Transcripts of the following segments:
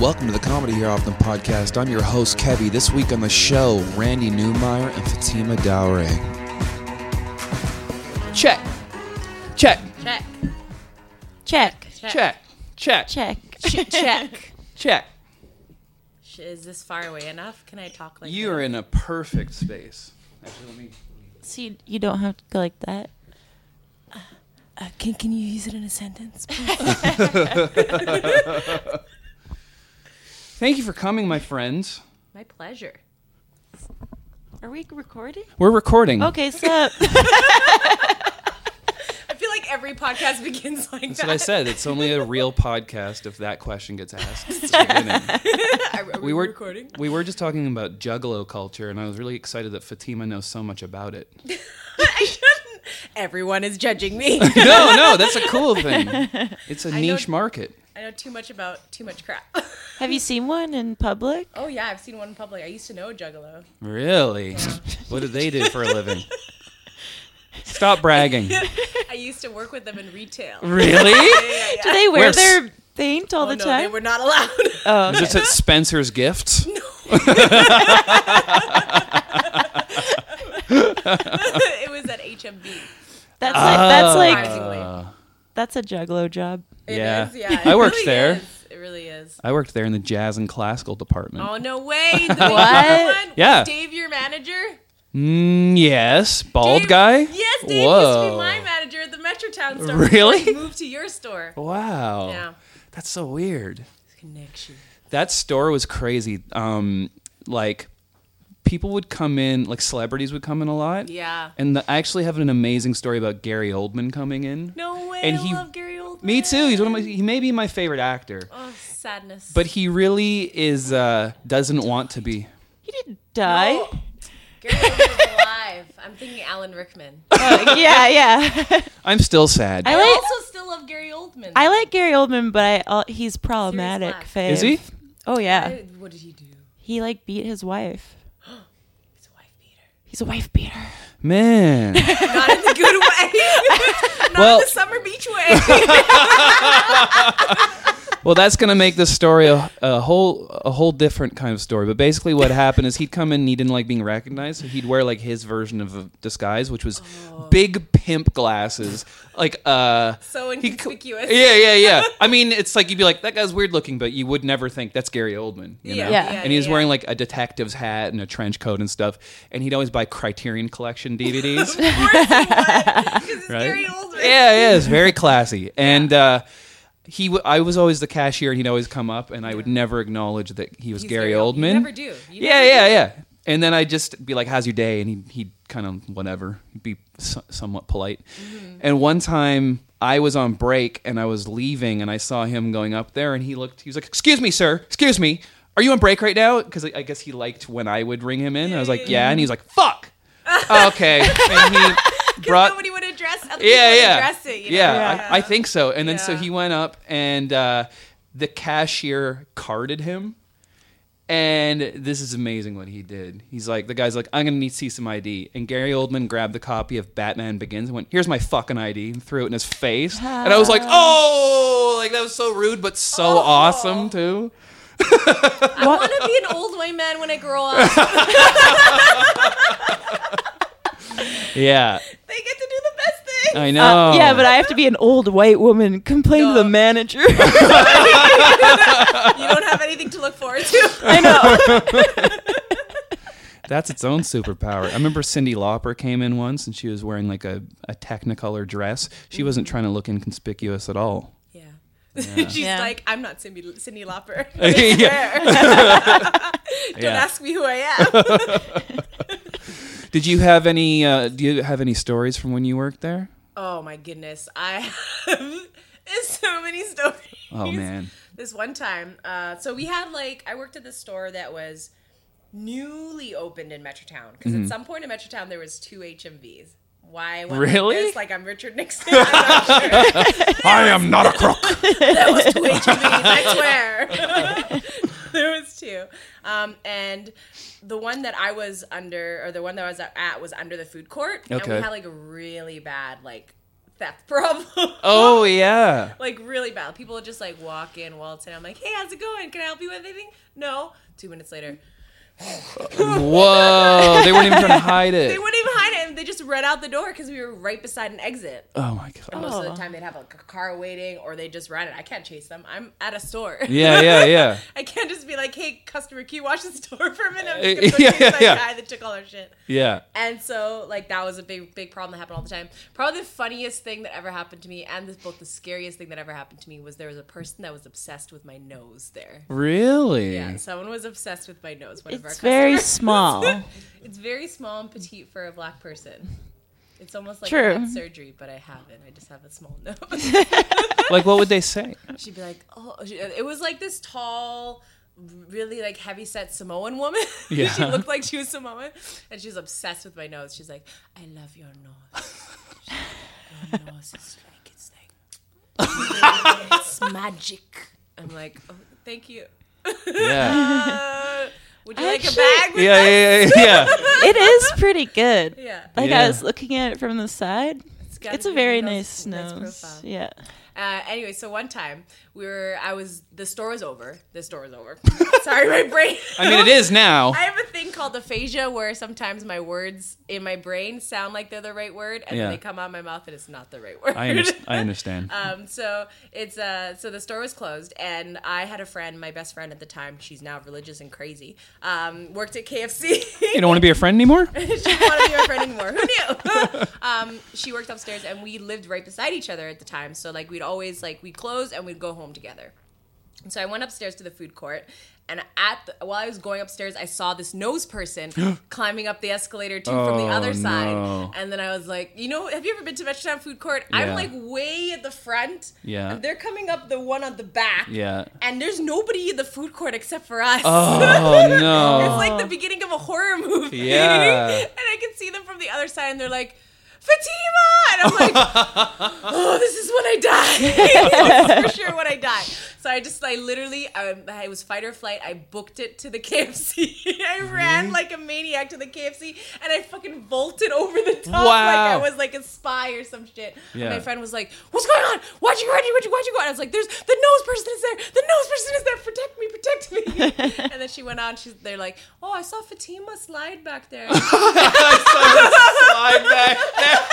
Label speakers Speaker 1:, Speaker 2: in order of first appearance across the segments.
Speaker 1: Welcome to the Comedy Here Often podcast. I'm your host, Kevy. This week on the show, Randy Newmeyer and Fatima Dowring.
Speaker 2: Check. Check.
Speaker 3: Check.
Speaker 2: Check.
Speaker 3: Check.
Speaker 2: Check. Check. Check.
Speaker 3: Check. Check.
Speaker 2: Check.
Speaker 3: Is this far away enough? Can I talk like
Speaker 2: You are in a perfect space. Actually, let me.
Speaker 3: So you, you don't have to go like that. Uh, can Can you use it in a sentence?
Speaker 2: Thank you for coming, my friends.
Speaker 3: My pleasure.
Speaker 4: Are we recording?
Speaker 2: We're recording.
Speaker 4: Okay, so
Speaker 3: I feel like every podcast begins like
Speaker 2: That's what I said. It's only a real podcast if that question gets asked. It's a given. we were
Speaker 3: recording?
Speaker 2: We were just talking about Juggalo culture, and I was really excited that Fatima knows so much about it.
Speaker 3: Everyone is judging me.
Speaker 2: No, no, that's a cool thing. It's a niche market.
Speaker 3: I know too much about too much crap.
Speaker 4: have you seen one in public?
Speaker 3: oh yeah, I've seen one in public. I used to know a Juggalo.
Speaker 2: Really? What do they do for a living? Stop bragging.
Speaker 3: I used to work with them in retail.
Speaker 2: Really?
Speaker 4: Do they wear
Speaker 2: Where's-
Speaker 4: their paint all
Speaker 3: Oh,
Speaker 4: the
Speaker 3: no,
Speaker 4: time?
Speaker 3: they were not allowed.
Speaker 4: oh,
Speaker 2: Is this at Spencer's Gifts?
Speaker 3: it was at HMB.
Speaker 4: that's like that's
Speaker 2: Oh.
Speaker 4: like
Speaker 3: Surprisingly,
Speaker 4: that's a juggalo job.
Speaker 3: It
Speaker 2: Uh, yeah.
Speaker 3: is, yeah.
Speaker 2: I
Speaker 3: it
Speaker 2: worked
Speaker 3: really
Speaker 2: there.
Speaker 3: is. It really is.
Speaker 2: I worked there in the jazz and classical department.
Speaker 3: Oh no way! The big
Speaker 4: What?
Speaker 3: one?
Speaker 2: Yeah.
Speaker 3: Was Dave, your manager.
Speaker 2: Mm, yes, bald
Speaker 3: Dave-
Speaker 2: guy.
Speaker 3: Yes, Dave used to be
Speaker 2: Whoa.
Speaker 3: my manager at the Metrotown store.
Speaker 2: Really?
Speaker 3: before he Moved to your store.
Speaker 2: Wow.
Speaker 3: Yeah.
Speaker 2: That's so weird.
Speaker 3: Connection.
Speaker 2: That store was crazy. Um, like people would come in, like celebrities would come in a lot.
Speaker 3: Yeah.
Speaker 2: And the, I actually have an amazing story about Gary Oldman coming in.
Speaker 3: No way.
Speaker 2: And
Speaker 3: I
Speaker 2: he-
Speaker 3: love Gary Oldman.
Speaker 2: Me too. He's one of my. He may be my favorite actor,
Speaker 3: Oh, sadness.
Speaker 2: but he really is. Uh, doesn't want to be.
Speaker 4: He didn't die.
Speaker 3: Oh, Gary Oldman is alive. I'm thinking Alan Rickman. I
Speaker 4: Oh, yeah, yeah.
Speaker 2: I'm still sad.
Speaker 4: I like
Speaker 3: also still love Gary Oldman.
Speaker 4: I like Gary Oldman, but I uh, he's problematic.
Speaker 3: Black.
Speaker 4: Fave.
Speaker 2: is he?
Speaker 4: Oh yeah,
Speaker 3: I- What did he do?
Speaker 4: he like beat his wife.
Speaker 3: He's a wife beater.
Speaker 4: He's a wife beater.
Speaker 2: Man.
Speaker 3: Not in the good way. Not
Speaker 2: Well-
Speaker 3: in the summer beach way.
Speaker 2: Well, that's going to make this story a, a whole a whole different kind of story. But basically, what happened is he'd come in and he didn't like being recognized, so he'd wear like his version of a disguise, which was
Speaker 3: Oh.
Speaker 2: big pimp glasses, like uh.
Speaker 3: so
Speaker 2: he co-
Speaker 3: inconspicuous.
Speaker 2: yeah, yeah, yeah. I mean, it's like you'd be like, that guy's weird looking, but you would never think that's Gary Oldman. You know?
Speaker 3: Yeah,
Speaker 4: Yeah.
Speaker 3: yeah,
Speaker 2: And he was
Speaker 3: yeah.
Speaker 2: wearing like a detective's hat and a trench coat and stuff. And he'd always buy Criterion Collection DVDs.
Speaker 3: Because it's
Speaker 2: Right?
Speaker 3: Gary Oldman.
Speaker 2: Yeah, yeah, it's very classy. And uh, he, w- I was always the cashier, and he'd always come up, and I would never acknowledge that he was
Speaker 3: He's
Speaker 2: Gary
Speaker 3: Old-
Speaker 2: Oldman.
Speaker 3: You never do. You
Speaker 2: yeah,
Speaker 3: never
Speaker 2: yeah, yeah. And then I'd just be like, "How's your day?" And he'd, he'd kind of whatever, He'd be so- somewhat polite.
Speaker 3: Mm-hmm.
Speaker 2: And one time I was on break and I was leaving, and I saw him going up there, and he looked. He was like, "Excuse me, sir. Excuse me. Are you on break right now?" Because I I guess he liked when I would ring him in. I was like, "Yeah," and he was like, "Fuck." okay. And he brought
Speaker 3: Nobody would address. Other
Speaker 2: yeah,
Speaker 3: people
Speaker 2: yeah,
Speaker 3: would address it. You know?
Speaker 2: yeah. I, I think so. And then so
Speaker 3: Yeah.
Speaker 2: he went up, and uh, the cashier carded him. And this is amazing what he did. He's like, the guy's like, I'm gonna need to see some ID. And Gary Oldman grabbed the copy of Batman Begins and went, "Here's my fucking ID," and threw it in his face. And I was like, oh, like that was so rude, but so
Speaker 3: Oh.
Speaker 2: awesome too.
Speaker 3: I want to be an old white man when I grow up.
Speaker 2: Yeah,
Speaker 3: they get to do the best thing.
Speaker 2: I know.
Speaker 4: Uh, yeah, but I have to be an old white woman. Complain to
Speaker 3: Oh. No.
Speaker 4: the manager.
Speaker 3: you don't have anything to look forward to.
Speaker 4: I know.
Speaker 2: That's its own superpower. I remember Cindy Lauper came in once and she was wearing like a, a Technicolor dress. She wasn't
Speaker 3: Mm-hmm.
Speaker 2: trying to look inconspicuous at all.
Speaker 3: Yeah. She's
Speaker 4: Yeah.
Speaker 3: like, I'm not Cindy, Cindy Lauper. I
Speaker 2: Yeah.
Speaker 3: swear. don't
Speaker 2: Yeah.
Speaker 3: ask me who I am.
Speaker 2: Did you have any? Uh, do you have any stories from when you worked there?
Speaker 3: Oh my goodness, I have so many stories.
Speaker 2: Oh man,
Speaker 3: this one time. Uh, so we had like I worked at this store that was newly opened in Metrotown because
Speaker 2: Mm-hmm.
Speaker 3: at some point in Metrotown there was two HMVs. Why? I went like
Speaker 2: Really?
Speaker 3: this, Like, I'm Richard Nixon. I'm not sure. I am
Speaker 2: not
Speaker 3: a crook. there was two HMVs. I swear. there was two, um, and the one that I was under, or the one that I was at, was under the food court, and we
Speaker 2: Okay.
Speaker 3: had like a really bad like theft problem.
Speaker 2: Oh yeah.
Speaker 3: like really bad. People would just like walk in, waltz in. I'm like, hey, how's it going? Can I help you with anything? No. Two minutes later,
Speaker 2: Whoa. They weren't even trying to hide it.
Speaker 3: they wouldn't even hide it. They just ran out the door because we were right beside an exit.
Speaker 2: oh my god.
Speaker 3: Most of
Speaker 4: Oh.
Speaker 3: the time, they'd have like a car waiting, or they just ran it. I can't chase them. I'm at a store.
Speaker 2: Yeah, yeah, yeah.
Speaker 3: I can't just be like, "Hey, customer, can you watch the store for a minute?" I'm
Speaker 2: Uh,
Speaker 3: just gonna go
Speaker 2: yeah,
Speaker 3: chase
Speaker 2: yeah,
Speaker 3: that
Speaker 2: yeah.
Speaker 3: guy that took all our shit.
Speaker 2: Yeah.
Speaker 3: And so, like, that was a big, big problem that happened all the time. Probably the funniest thing that ever happened to me, and this, both the scariest thing that ever happened to me, was there was a person that was obsessed with my nose there.
Speaker 2: Mm. Really?
Speaker 3: Yeah, someone was obsessed with my nose. One of our
Speaker 4: It's very
Speaker 3: customers.
Speaker 4: small.
Speaker 3: It's very small and petite for a black person. It's almost like
Speaker 4: True.
Speaker 3: I had surgery, but I haven't. I just have a small nose.
Speaker 2: Like what would they say?
Speaker 3: She'd be like, "Oh," she- it was like this tall, really like heavy set Samoan woman.
Speaker 2: Yeah.
Speaker 3: she looked like she was Samoan, and she was obsessed with my nose. She's like, "I love your nose. She's like, your nose is like it's like it's magic." I'm like, oh, "Thank you."
Speaker 2: Yeah.
Speaker 3: Uh, would you like a
Speaker 4: Actually-
Speaker 3: bag? With
Speaker 2: Yeah,
Speaker 3: that?
Speaker 2: yeah, yeah, yeah.
Speaker 4: it is pretty good.
Speaker 3: Yeah.
Speaker 4: Like
Speaker 2: Yeah.
Speaker 4: I was looking at it from the side.
Speaker 3: gotta
Speaker 4: It's a
Speaker 3: be
Speaker 4: very
Speaker 3: nice-
Speaker 4: nice
Speaker 3: nice
Speaker 4: nose.
Speaker 3: profile.
Speaker 4: Yeah.
Speaker 3: Uh, anyway, so one time we were, I was, the store was over. The store was over. Sorry, my brain.
Speaker 2: I mean it is now.
Speaker 3: I have a thing called aphasia where sometimes my words in my brain sound like they're the right word, and
Speaker 2: Yeah.
Speaker 3: then they come out of my mouth and it's not the right word.
Speaker 2: I, under- I understand.
Speaker 3: Um, so it's uh, so the store was closed, and I had a friend, my best friend at the time. She's now religious and crazy. Um, worked at KFC.
Speaker 2: You don't want to be a friend anymore?
Speaker 3: she didn't want to be our friend anymore. Who knew? um, she worked upstairs, and we lived right beside each other at the time. So like we'd always like we close and we'd go home together. And so I went upstairs to the food court, and at the, while I was going upstairs, I saw this nose person climbing up the escalator too from the
Speaker 2: Oh,
Speaker 3: other side.
Speaker 2: no.
Speaker 3: And then I was like, you know, have you ever been to Vegetarian Food Court? I'm
Speaker 2: Yeah.
Speaker 3: like way at the front.
Speaker 2: Yeah.
Speaker 3: And they're coming up the one on the back.
Speaker 2: Yeah.
Speaker 3: And there's nobody in the food court except for us.
Speaker 2: Oh no.
Speaker 3: It's like the beginning of a horror movie.
Speaker 2: Yeah.
Speaker 3: and I can see them from the other side, and they're like, Fatima! And I'm like, oh, this is when I die. this is for sure when I die. So I just, I literally, um, I was fight or flight. I booked it to the KFC. I ran like a maniac to the KFC, and I fucking vaulted over the top like I
Speaker 2: Wow.
Speaker 3: was like a spy or some shit. And
Speaker 2: Yeah.
Speaker 3: My friend was like, what's going on? Why'd you, why'd you, why'd you, why'd you go? And I was like, there's, the nose person is there. The nose person is there. Protect me, protect me. and then she went on. She's, they're like, oh, I saw Fatima slide back there.
Speaker 2: slide back there.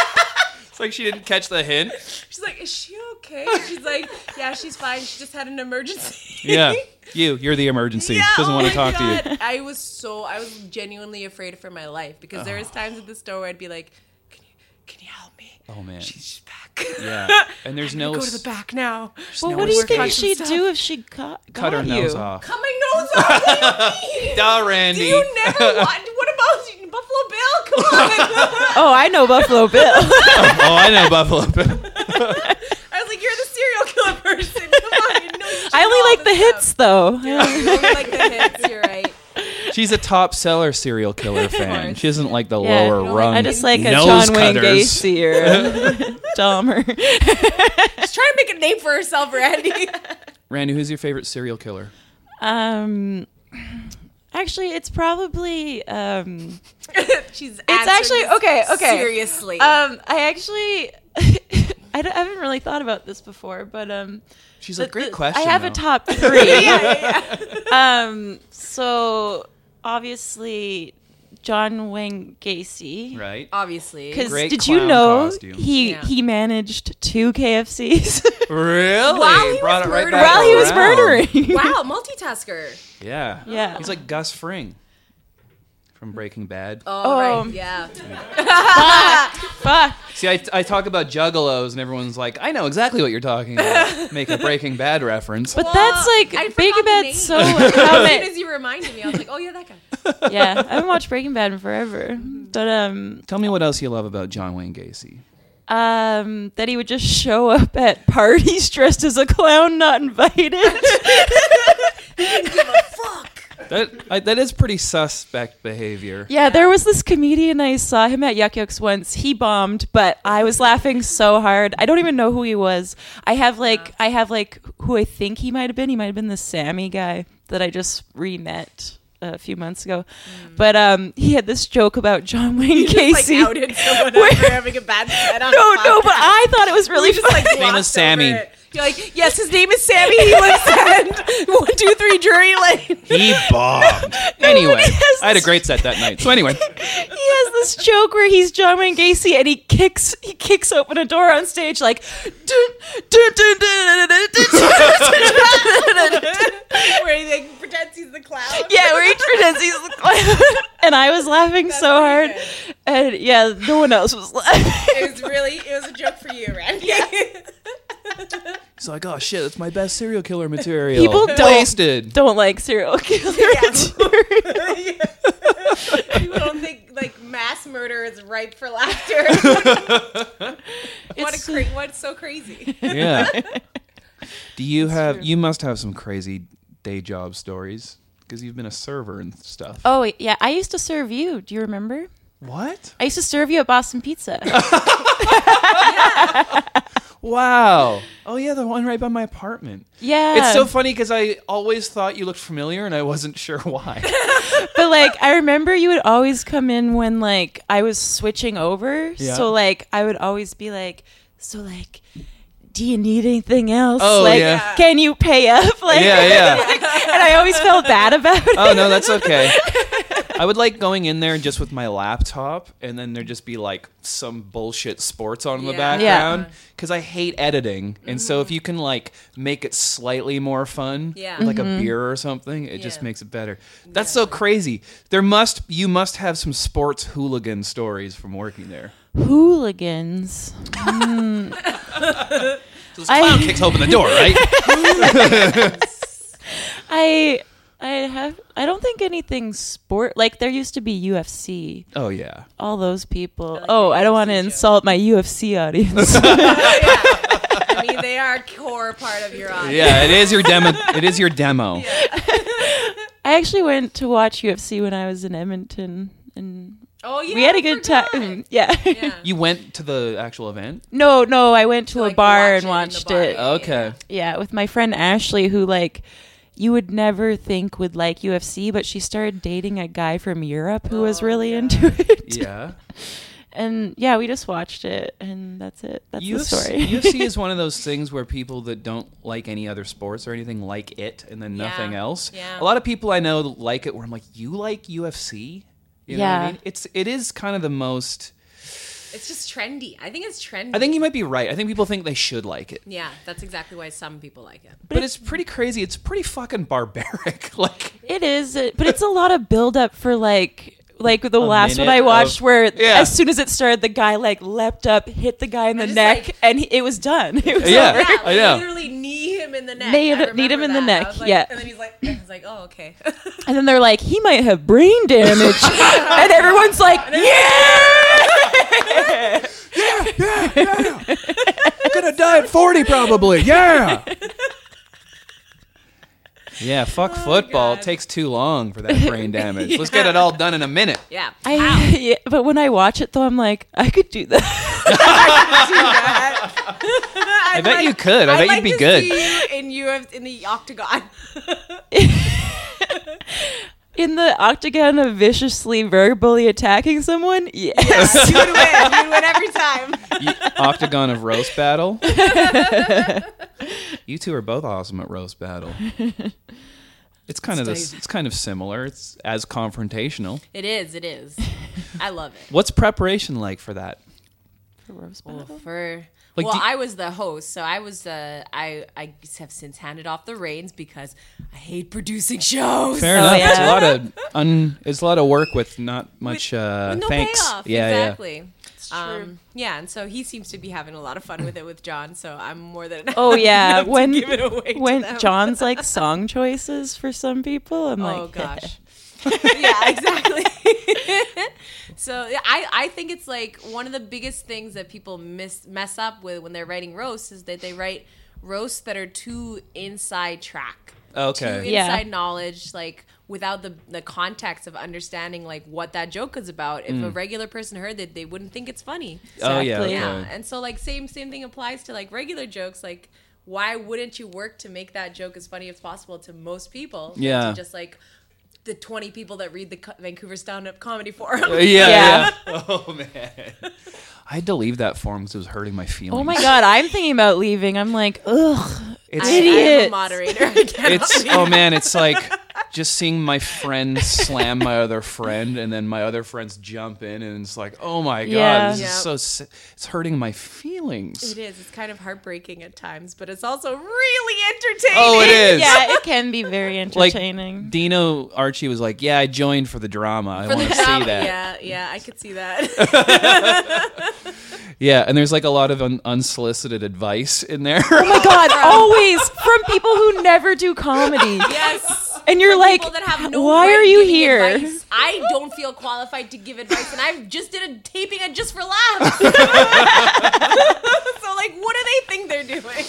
Speaker 2: It's like she didn't catch the hint.
Speaker 3: She's like, is she okay? She's like, yeah, she's fine. She just had an emergency.
Speaker 2: Yeah. You, you're the emergency.
Speaker 3: Yeah,
Speaker 2: Doesn't
Speaker 3: oh
Speaker 2: want
Speaker 3: my
Speaker 2: to talk to you.
Speaker 3: God. I was so I was genuinely afraid for my life because there was times at the store where I'd be like, "Can you can you help me?
Speaker 2: Oh man.
Speaker 3: She's, she's back.
Speaker 2: Yeah. And there's
Speaker 3: I'm
Speaker 2: no
Speaker 3: gonna go to
Speaker 2: s-
Speaker 3: the back now.
Speaker 4: Well,
Speaker 2: no
Speaker 4: what do you
Speaker 2: escape.
Speaker 4: think
Speaker 3: Cut some
Speaker 4: she'd
Speaker 3: stuff.
Speaker 4: do if she cut
Speaker 2: Cut her
Speaker 4: you?
Speaker 2: nose off.
Speaker 3: Cut my nose off. What do you mean?
Speaker 2: Duh, Randy.
Speaker 3: Do you never watch? What about Buffalo Bill? Come on.
Speaker 4: Oh, I know Buffalo Bill.
Speaker 2: oh, I know Buffalo Bill.
Speaker 3: I was like, you're the serial killer person. Come on, you know you should
Speaker 4: I
Speaker 3: know
Speaker 4: only
Speaker 3: all
Speaker 4: like the
Speaker 3: this stuff.
Speaker 4: hits though.
Speaker 3: You only like the hits. You're right.
Speaker 2: She's a top seller serial killer fan.
Speaker 3: course.
Speaker 2: She doesn't like the
Speaker 4: Yeah.
Speaker 2: lower
Speaker 4: You
Speaker 3: don't like-
Speaker 2: rung.
Speaker 4: I just like a
Speaker 2: nose
Speaker 4: John Wayne
Speaker 2: cutters.
Speaker 4: Gacy or a Dahmer.
Speaker 3: She's trying to make a name for herself, Randy.
Speaker 2: Randy, who's your favorite serial killer?
Speaker 4: Um, actually, it's probably um.
Speaker 3: She's
Speaker 4: It's actually okay. Okay.
Speaker 3: Seriously.
Speaker 4: Um, I actually I, don't- I haven't really thought about this before, but um,
Speaker 2: She's
Speaker 4: the-
Speaker 2: like, great
Speaker 4: the-
Speaker 2: question.
Speaker 4: I have a
Speaker 2: though."
Speaker 4: top three.
Speaker 3: yeah, yeah, yeah.
Speaker 4: um, so obviously John Wayne Gacy.
Speaker 2: Right?
Speaker 3: Obviously.
Speaker 4: Because
Speaker 2: Great
Speaker 4: did you
Speaker 2: clown
Speaker 4: know
Speaker 2: costume.
Speaker 4: he
Speaker 3: Yeah.
Speaker 4: he managed two KFCs
Speaker 2: Really?
Speaker 3: While he
Speaker 2: Brought
Speaker 3: was
Speaker 2: it right
Speaker 3: murdering-
Speaker 2: back
Speaker 4: while he was
Speaker 2: around.
Speaker 4: murdering?
Speaker 3: wow, multitasker.
Speaker 2: Yeah.
Speaker 4: Yeah.
Speaker 2: He's like Gus Fring from Breaking Bad.
Speaker 3: Oh,
Speaker 4: Oh.
Speaker 3: right. Yeah.
Speaker 4: Fuck.
Speaker 2: See, I, I talk about juggalos, and everyone's like, I know exactly what you're talking about. Make a Breaking Bad reference.
Speaker 4: But
Speaker 3: Well,
Speaker 4: that's
Speaker 3: I
Speaker 4: like Breaking
Speaker 3: forgot the
Speaker 4: Bad.
Speaker 3: name.
Speaker 4: So how
Speaker 3: As soon
Speaker 4: many?
Speaker 3: as you reminded me, I was like, oh yeah, that guy.
Speaker 4: Yeah, I haven't watched Breaking Bad in forever.
Speaker 3: Mm.
Speaker 4: But um,
Speaker 2: Tell me what else you love about John Wayne Gacy.
Speaker 4: um, that he would just show up at parties dressed as a clown, not invited.
Speaker 3: Fuck.
Speaker 2: That I, that is pretty suspect behavior.
Speaker 4: yeah, there was this comedian I saw him at Yuck Yucks once. He bombed, but I was laughing so hard. I don't even know who he was. I have like I have like who I think he might have been. He might have been the Sammy guy that I just re met. a few months ago. But um, he had this joke about John
Speaker 3: Mm.
Speaker 4: Wayne
Speaker 3: Just,
Speaker 4: Casey.
Speaker 3: like outed someone
Speaker 4: Where-
Speaker 3: for having a bad set on
Speaker 4: no,
Speaker 3: a
Speaker 4: no, but
Speaker 3: podcast.
Speaker 4: I thought it was really
Speaker 3: We just
Speaker 4: funny.
Speaker 3: like
Speaker 2: name
Speaker 3: glossed
Speaker 2: is Sammy.
Speaker 3: over it. You're like, yes, his name is Sammy. He lives at one, two, three, Drury Lane.
Speaker 2: He bombed. anyway,
Speaker 4: has
Speaker 2: I had a
Speaker 4: this-
Speaker 2: great set that night. So anyway,
Speaker 4: he has this joke where he's John Wayne Gacy and he kicks he kicks open a door on stage like dun, dun, dun, dun, dun, dun, dun, dun, dun, dun, dun, dun.
Speaker 3: Where he like pretends he's the clown.
Speaker 4: yeah, where he pretends he's the clown. and I was laughing so
Speaker 3: pretty
Speaker 4: hard,
Speaker 3: good.
Speaker 4: and yeah, no one else was laughing.
Speaker 3: It was really, it was a joke for you, Randy.
Speaker 2: he's like, "Oh shit, that's my best serial killer material."
Speaker 4: People don't-
Speaker 2: wasted.
Speaker 4: Don't like serial killers.
Speaker 3: you don't think like mass murder is ripe for laughter. what a
Speaker 4: It's-
Speaker 3: cra- what's so crazy?
Speaker 2: yeah. Do you have? You must have some crazy day job stories because you've been a server and stuff.
Speaker 4: Oh yeah, I used to serve you. Do you remember?
Speaker 2: What?
Speaker 4: I used to serve you at Boston Pizza.
Speaker 2: Wow. Oh yeah, the one right by my apartment.
Speaker 4: Yeah,
Speaker 2: It's so funny because I always thought you looked familiar and I wasn't sure why.
Speaker 4: but like I remember you would always come in when like I was switching over.
Speaker 2: Yeah.
Speaker 4: So like I would always be like, so like, do you need anything else?
Speaker 2: Oh,
Speaker 4: like,
Speaker 2: yeah.
Speaker 4: can you pay up? Like,
Speaker 2: yeah, yeah.
Speaker 4: and I always felt bad about it.
Speaker 2: Oh no, that's okay. I would like going in there just with my laptop and then there'd just be like some bullshit sports on in the
Speaker 3: Yeah. Mm-hmm.
Speaker 4: Yeah.
Speaker 2: background because I hate editing. And so if you can like make it slightly more fun,
Speaker 3: Yeah. Mm-hmm.
Speaker 2: with, like a beer or something, it just
Speaker 3: Yeah.
Speaker 2: makes it better. That's so crazy. There must you must have some sports hooligan stories from working there.
Speaker 4: hooligans.
Speaker 2: So this clown kicks open the door, right?
Speaker 4: I I have I don't think anything sport like there used to be UFC.
Speaker 2: oh yeah.
Speaker 4: All those people. oh, I don't want to insult my UFC audience.
Speaker 3: Oh, yeah. I mean, they are a core part of your audience.
Speaker 2: Yeah, it is your demo. It is your demo.
Speaker 4: I actually went to watch UFC when I was in Edmonton and
Speaker 3: Oh yeah,
Speaker 4: we had
Speaker 3: I
Speaker 4: a good
Speaker 3: forgot.
Speaker 4: time. Yeah.
Speaker 3: Yeah.
Speaker 2: You went to the actual event.
Speaker 4: no, no, I went to a
Speaker 3: like,
Speaker 4: bar
Speaker 3: watch
Speaker 4: and
Speaker 3: it
Speaker 4: watched
Speaker 3: in the
Speaker 4: it.
Speaker 3: bar.
Speaker 2: Okay.
Speaker 4: Yeah, with my friend Ashley who like you would never think would like UFC, but she started dating a guy from Europe who
Speaker 3: Oh,
Speaker 4: was really into it.
Speaker 2: Yeah.
Speaker 4: And yeah, we just watched it and that's it. That's the story.
Speaker 2: UFC is one of those things where people that don't like any other sports or anything like it, and then nothing
Speaker 3: Yeah.
Speaker 2: else.
Speaker 3: Yeah.
Speaker 2: A lot of people I know that like it. Where I'm like, you like UFC? You know what I
Speaker 4: Yeah.
Speaker 2: mean? It's it is kind of the most.
Speaker 3: It's just trendy. I think it's trendy.
Speaker 2: I think you might be right. I think people think they should like it,
Speaker 3: Yeah, that's exactly why some people like it.
Speaker 2: but it's pretty crazy. It's pretty fucking barbaric. like.
Speaker 4: It is, it- but it's a lot of build up for like like the last one
Speaker 2: minute
Speaker 4: I watched
Speaker 2: of-
Speaker 4: where
Speaker 2: Yeah.
Speaker 4: as soon as it started the guy like leapt up, hit the guy in the
Speaker 3: just,
Speaker 4: neck
Speaker 3: like-
Speaker 4: and he, it was done. It was
Speaker 2: Yeah.
Speaker 4: over.
Speaker 3: Yeah,
Speaker 2: I
Speaker 3: like,
Speaker 2: know.
Speaker 3: literally knee him in the neck.
Speaker 4: Knee-
Speaker 3: I remember
Speaker 4: kneed him in the
Speaker 3: that. I
Speaker 4: neck,
Speaker 3: was like-
Speaker 4: yeah.
Speaker 3: And then he's like, I was like, oh okay.
Speaker 4: And then they're like he might have brain damage. and everyone's like, "Yeah!"
Speaker 2: gonna die at 40 probably. Yeah. Yeah, fuck football.
Speaker 3: God.
Speaker 2: It takes too long for that brain damage. Let's get it all done in a minute.
Speaker 3: yeah.
Speaker 4: I, yeah, but when I watch it though I'm like, I could do that.
Speaker 2: I bet you could. I bet you'd
Speaker 3: like
Speaker 2: be
Speaker 3: to
Speaker 2: good.
Speaker 3: See you in you in the octagon.
Speaker 4: in the octagon of viciously verbally attacking someone. Yes.
Speaker 3: you would win. You win every time.
Speaker 2: Y- Octagon of roast battle. you two are both awesome at roast battle. It's kind of this, it's kind of similar. It's as confrontational.
Speaker 3: It is. It is. I love it.
Speaker 2: What's preparation like for that?
Speaker 3: Well, for
Speaker 2: Like,
Speaker 3: well,
Speaker 2: do-
Speaker 3: I was the host, so I was uh, I I have since handed off the reins because I hate producing shows.
Speaker 2: Fair
Speaker 4: Oh,
Speaker 2: enough.
Speaker 4: yeah.
Speaker 2: It's a lot of un, it's a lot of work with not much uh,
Speaker 3: With no
Speaker 2: thanks.
Speaker 3: payoff.
Speaker 2: Yeah, yeah.
Speaker 3: exactly.
Speaker 4: true.
Speaker 3: Um, yeah, and so he seems to be having a lot of fun with it with John. So I'm more than
Speaker 4: Oh yeah,
Speaker 3: enough to
Speaker 4: when
Speaker 3: give it away to
Speaker 4: when
Speaker 3: them.
Speaker 4: John's like song choices for some people, I'm like,
Speaker 3: oh gosh yeah exactly so yeah, I, I think it's like one of the biggest things that people miss mess up with when they're writing roasts is that they write roasts that are too inside track too
Speaker 2: Okay.
Speaker 4: Yeah.
Speaker 3: inside knowledge like without the, the context of understanding like what that joke is about if a regular person heard it they wouldn't think it's funny
Speaker 2: Mm. Oh yeah.
Speaker 4: Exactly.
Speaker 2: Okay.
Speaker 4: Yeah.
Speaker 3: yeah, and so like same same thing applies to like regular jokes. Like, why wouldn't you work to make that joke as funny as possible to most people? than
Speaker 2: Yeah.
Speaker 3: to just like the 20 people that read the co- Vancouver Stand Up Comedy Forum.
Speaker 2: Yeah,
Speaker 4: Yeah.
Speaker 2: yeah. Oh man. I had to leave that forum because it was hurting my feelings.
Speaker 4: Oh my god, I'm thinking about leaving. I'm like, ugh,
Speaker 2: It's-
Speaker 3: I, I'm a
Speaker 4: idiot.
Speaker 3: moderator. I cannot
Speaker 2: It's
Speaker 3: be-
Speaker 2: oh man, it's like just seeing my friend slam my other friend, and then my other friends jump in, and it's like, oh my god,
Speaker 4: Yeah.
Speaker 2: this
Speaker 3: Yep.
Speaker 2: is so si- it's hurting my feelings.
Speaker 3: It is. It's kind of heartbreaking at times, but it's also really entertaining.
Speaker 2: Oh, it is.
Speaker 4: yeah, it can be very
Speaker 2: Like
Speaker 4: entertaining.
Speaker 2: Dino Archie was like, yeah, I joined for the drama. I
Speaker 3: For the
Speaker 2: want to see
Speaker 3: drama-
Speaker 2: that. Yeah.
Speaker 3: Yeah, yeah, I could see that.
Speaker 2: and there's like a lot of un- unsolicited advice in there.
Speaker 4: oh my god, always from people who never do comedy.
Speaker 3: yes.
Speaker 4: And you're like,
Speaker 3: People that have no
Speaker 4: why
Speaker 3: right
Speaker 4: are you
Speaker 3: giving
Speaker 4: here?
Speaker 3: advice. I don't feel qualified to give advice, and I just did a taping of Just for Laughs. so, like, what do they think they're doing?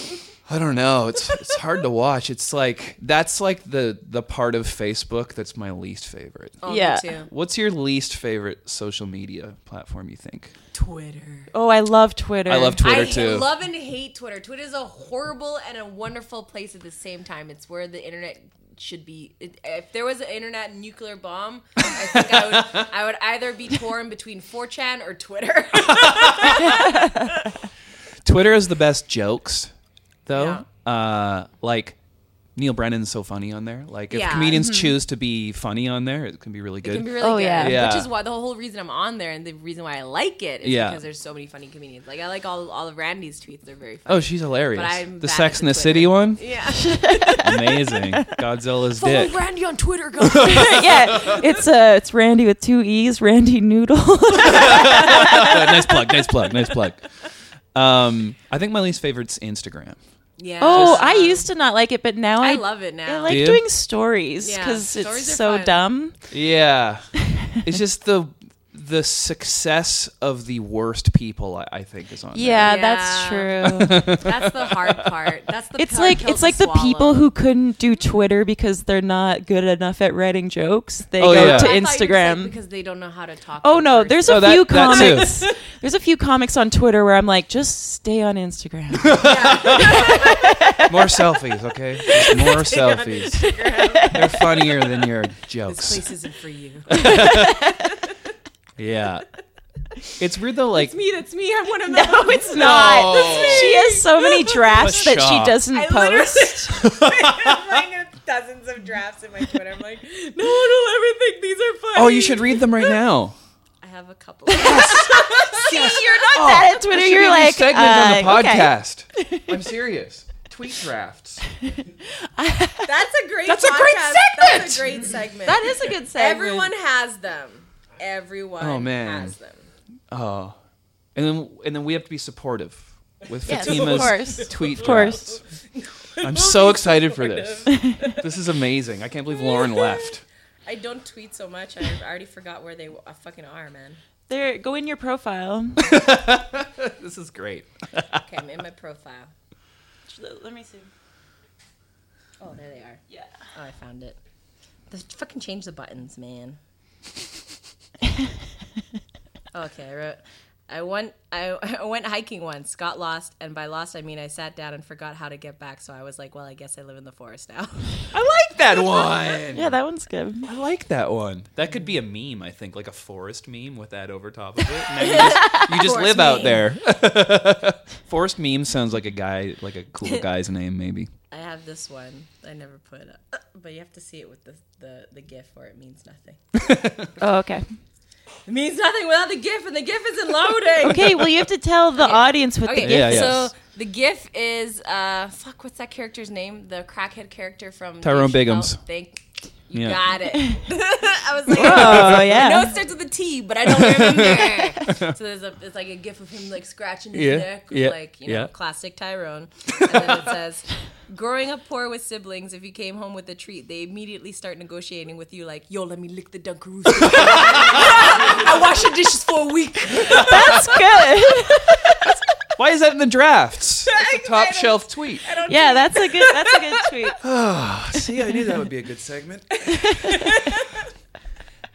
Speaker 2: I don't know. It's it's hard to watch. It's like that's like the the part of Facebook that's my least favorite.
Speaker 3: Oh, me
Speaker 4: Yeah.
Speaker 3: too.
Speaker 2: What's your least favorite social media platform? You think?
Speaker 3: Twitter.
Speaker 4: Oh, I love Twitter.
Speaker 2: I love Twitter
Speaker 3: Um, I
Speaker 2: too.
Speaker 3: love and hate Twitter. Twitter is a horrible and a wonderful place at the same time. It's where the internet should be. It- If there was an internet nuclear bomb, I think I would, I would either be torn between 4chan or Twitter.
Speaker 2: Twitter is the best jokes, though.
Speaker 3: Yeah.
Speaker 2: Uh, like Neil Brennan's so funny on there. Like if
Speaker 3: Yeah. mm-hmm.
Speaker 2: comedians choose to be funny on there, it can be really good.
Speaker 3: It can be really
Speaker 4: Oh,
Speaker 3: good.
Speaker 4: yeah.
Speaker 2: Yeah.
Speaker 3: Which is why the whole reason I'm on there and the reason why I like it is
Speaker 2: Yeah.
Speaker 3: because there's so many funny comedians. Like I like all all of Randy's tweets. They're very funny.
Speaker 2: oh, she's hilarious.
Speaker 3: But I'm
Speaker 2: the
Speaker 3: bad
Speaker 2: Sex
Speaker 3: at
Speaker 2: in the
Speaker 3: Twitter.
Speaker 2: City one,
Speaker 3: Yeah.
Speaker 2: amazing. Godzilla's dick.
Speaker 3: Randy on Twitter, guys.
Speaker 4: yeah, it's uh, it's Randy with two e's, Randy Noodle.
Speaker 2: nice plug. Nice plug. Nice plug. Um, I think my least favorite's Instagram.
Speaker 3: yeah.
Speaker 4: oh,
Speaker 3: Just-
Speaker 4: I used to not like it, but now I,
Speaker 3: uh, I love it now.
Speaker 4: I like
Speaker 2: Do you?
Speaker 4: doing stories
Speaker 3: Yeah,
Speaker 4: because it's
Speaker 3: stories are
Speaker 4: so
Speaker 3: fun.
Speaker 4: dumb.
Speaker 2: Yeah, it's just the the success of the worst people. I, I think is on. there.
Speaker 4: Yeah,
Speaker 3: Yeah.
Speaker 4: that's true.
Speaker 3: That's the hard part. That's the
Speaker 4: it's
Speaker 3: hard
Speaker 4: like
Speaker 3: pill
Speaker 4: it's
Speaker 3: to
Speaker 4: like the people
Speaker 3: swallow.
Speaker 4: who couldn't do Twitter because they're not good enough at writing jokes. They
Speaker 2: Oh,
Speaker 4: go
Speaker 2: yeah.
Speaker 4: to
Speaker 3: I thought you were just, like,
Speaker 4: Instagram.
Speaker 3: because they don't know how to talk.
Speaker 4: Oh
Speaker 3: in
Speaker 4: no,
Speaker 3: person.
Speaker 4: there's a
Speaker 2: Oh, that-
Speaker 4: few
Speaker 2: that too.
Speaker 4: comics. there's a few comics on Twitter where I'm like, just stay on Instagram.
Speaker 2: more selfies. Okay, Just more selfies. They're funnier than your
Speaker 3: this
Speaker 2: jokes.
Speaker 3: place isn't for you.
Speaker 2: Yeah, it's weird though. Like
Speaker 3: me, that's me. I'm one of
Speaker 4: No, it's not. She has so many drafts
Speaker 2: What a
Speaker 4: that she
Speaker 2: shock.
Speaker 4: doesn't post.
Speaker 3: I'm like dozens of drafts in my Twitter. I'm like, no one will ever think these are funny.
Speaker 2: oh, you should read them right now.
Speaker 3: I have a couple. Yes.
Speaker 4: See, you're not that at Twitter. You're like
Speaker 2: segment on the
Speaker 4: uh, okay.
Speaker 2: podcast. I'm serious. Tweet drafts.
Speaker 3: That's a great.
Speaker 2: That's a great
Speaker 3: podcast. That's a great segment.
Speaker 4: That is a good segment.
Speaker 3: Everyone has them. Everyone.
Speaker 2: Oh, man.
Speaker 3: has them.
Speaker 2: Oh, and then and then we have to be supportive with
Speaker 4: Yes, of
Speaker 2: Fatima's
Speaker 4: course.
Speaker 2: tweet of
Speaker 4: course.
Speaker 2: I'm so excited for this. This is amazing. I can't believe Lauren left.
Speaker 3: I don't tweet so much. I already forgot where they uh, fucking are, man.
Speaker 4: There, go in your profile.
Speaker 2: This is great.
Speaker 3: Okay, I'm in my profile.
Speaker 4: Let me see.
Speaker 3: Oh, there they are.
Speaker 4: Yeah.
Speaker 3: Oh, I found it. They fucking change the buttons, man. okay, I wrote. I went. I, I went hiking once. Got lost, and by lost I mean I sat down and forgot how to get back. So I was like, "Well, I guess I live in the forest now."
Speaker 2: I like that one.
Speaker 4: Yeah, that one's good.
Speaker 2: I like that one. That could be a meme, I think, like a forest meme with that over top of it. And then you just, you just live
Speaker 3: Forest
Speaker 2: out
Speaker 3: meme.
Speaker 2: there. forest meme sounds like a guy, like a cool guy's name, maybe.
Speaker 3: I have this one. I never put it up, but you have to see it with the the, the GIF, or it means nothing.
Speaker 4: Oh, okay.
Speaker 3: It means nothing without the GIF, and the GIF isn't loading.
Speaker 4: Okay, well, you have to tell the audience what the
Speaker 3: Okay,
Speaker 4: gift.
Speaker 2: Yeah, yeah.
Speaker 3: so the GIF is uh, fuck. What's that character's name? The crackhead character from
Speaker 2: Tyrone
Speaker 3: Dave
Speaker 2: Biggums.
Speaker 3: Chappelle. Thank you.
Speaker 2: Yeah.
Speaker 3: Got it. I was like,
Speaker 4: Oh
Speaker 3: I know
Speaker 4: yeah.
Speaker 3: it starts with a T, but I don't remember. so there's a, it's like a GIF of him like scratching his
Speaker 2: Yeah,
Speaker 3: neck,
Speaker 2: yeah,
Speaker 3: like you know,
Speaker 2: yeah.
Speaker 3: classic Tyrone. And then it says. Growing up poor with siblings, if you came home with a treat, they immediately start negotiating with you, like, "Yo, let me lick the Dunkaroos. I wash the dishes for a week."
Speaker 4: That's good.
Speaker 2: Why is that in the drafts? That's a top
Speaker 3: I don't-
Speaker 2: shelf tweet.
Speaker 4: Yeah, that's a good. That's a good tweet.
Speaker 2: See, I knew that would be a good segment.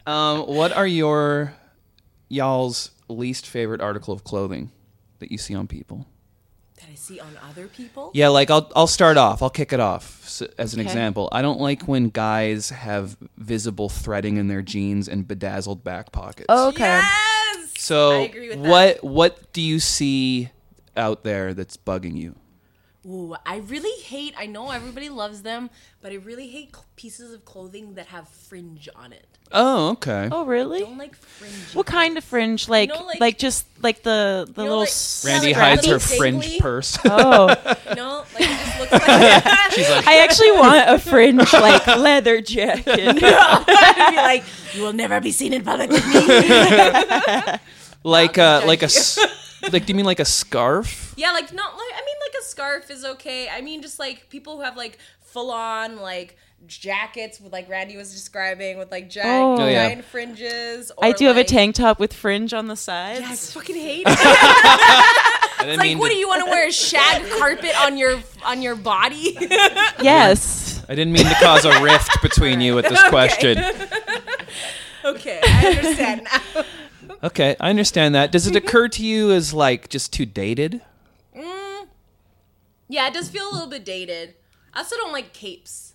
Speaker 2: um, what are your y'all's least favorite article of clothing that you see on people?
Speaker 3: that I see on other people.
Speaker 2: Yeah, like I'll I'll start off. I'll kick it off s- as an
Speaker 4: Okay.
Speaker 2: example. I don't like when guys have visible threading in their jeans and bedazzled back pockets.
Speaker 4: Okay.
Speaker 3: Yes.
Speaker 2: so
Speaker 3: I agree with
Speaker 2: what what do you see out there that's bugging you?
Speaker 3: That. Ooh, I really hate. I know everybody loves them, but I really hate cl- pieces of clothing that have fringe on it.
Speaker 2: Oh, okay.
Speaker 4: Oh,
Speaker 3: I
Speaker 4: really?
Speaker 3: don't like fringe.
Speaker 4: What kind of fringe? Like,
Speaker 3: know,
Speaker 4: like,
Speaker 3: like-
Speaker 4: just like the the
Speaker 3: You know,
Speaker 4: little
Speaker 3: like-
Speaker 4: s-
Speaker 2: Randy
Speaker 3: Yeah, like
Speaker 2: hides her
Speaker 3: Randy
Speaker 2: fringe
Speaker 3: Stingley.
Speaker 2: purse.
Speaker 4: Oh,
Speaker 3: No, like it just looks like. She's like,
Speaker 4: I actually want a fringe like leather jacket.
Speaker 3: I'd be like, you will never be seen in public with me.
Speaker 2: like uh like a s- like do you mean like a scarf?
Speaker 3: Yeah, like not like I mean like a scarf is okay. I mean just like people who have like full on like jackets with like Randy was describing with like giant,
Speaker 4: Oh.
Speaker 2: Oh, yeah.
Speaker 3: giant fringes. Or,
Speaker 4: I do have a
Speaker 3: like-
Speaker 4: tank top with fringe on the sides.
Speaker 3: I just fucking hate it.
Speaker 2: I didn't
Speaker 3: It's like,
Speaker 2: mean
Speaker 3: what
Speaker 2: to,
Speaker 3: do you want to wear? A shag carpet on your on your body?
Speaker 4: Yes.
Speaker 2: I didn't mean to cause a rift between you with this question.
Speaker 3: okay, I understand now.
Speaker 2: Okay, I understand that. Does it occur to you as like just too dated?
Speaker 3: Yeah, it does feel a little bit dated. I also don't like capes.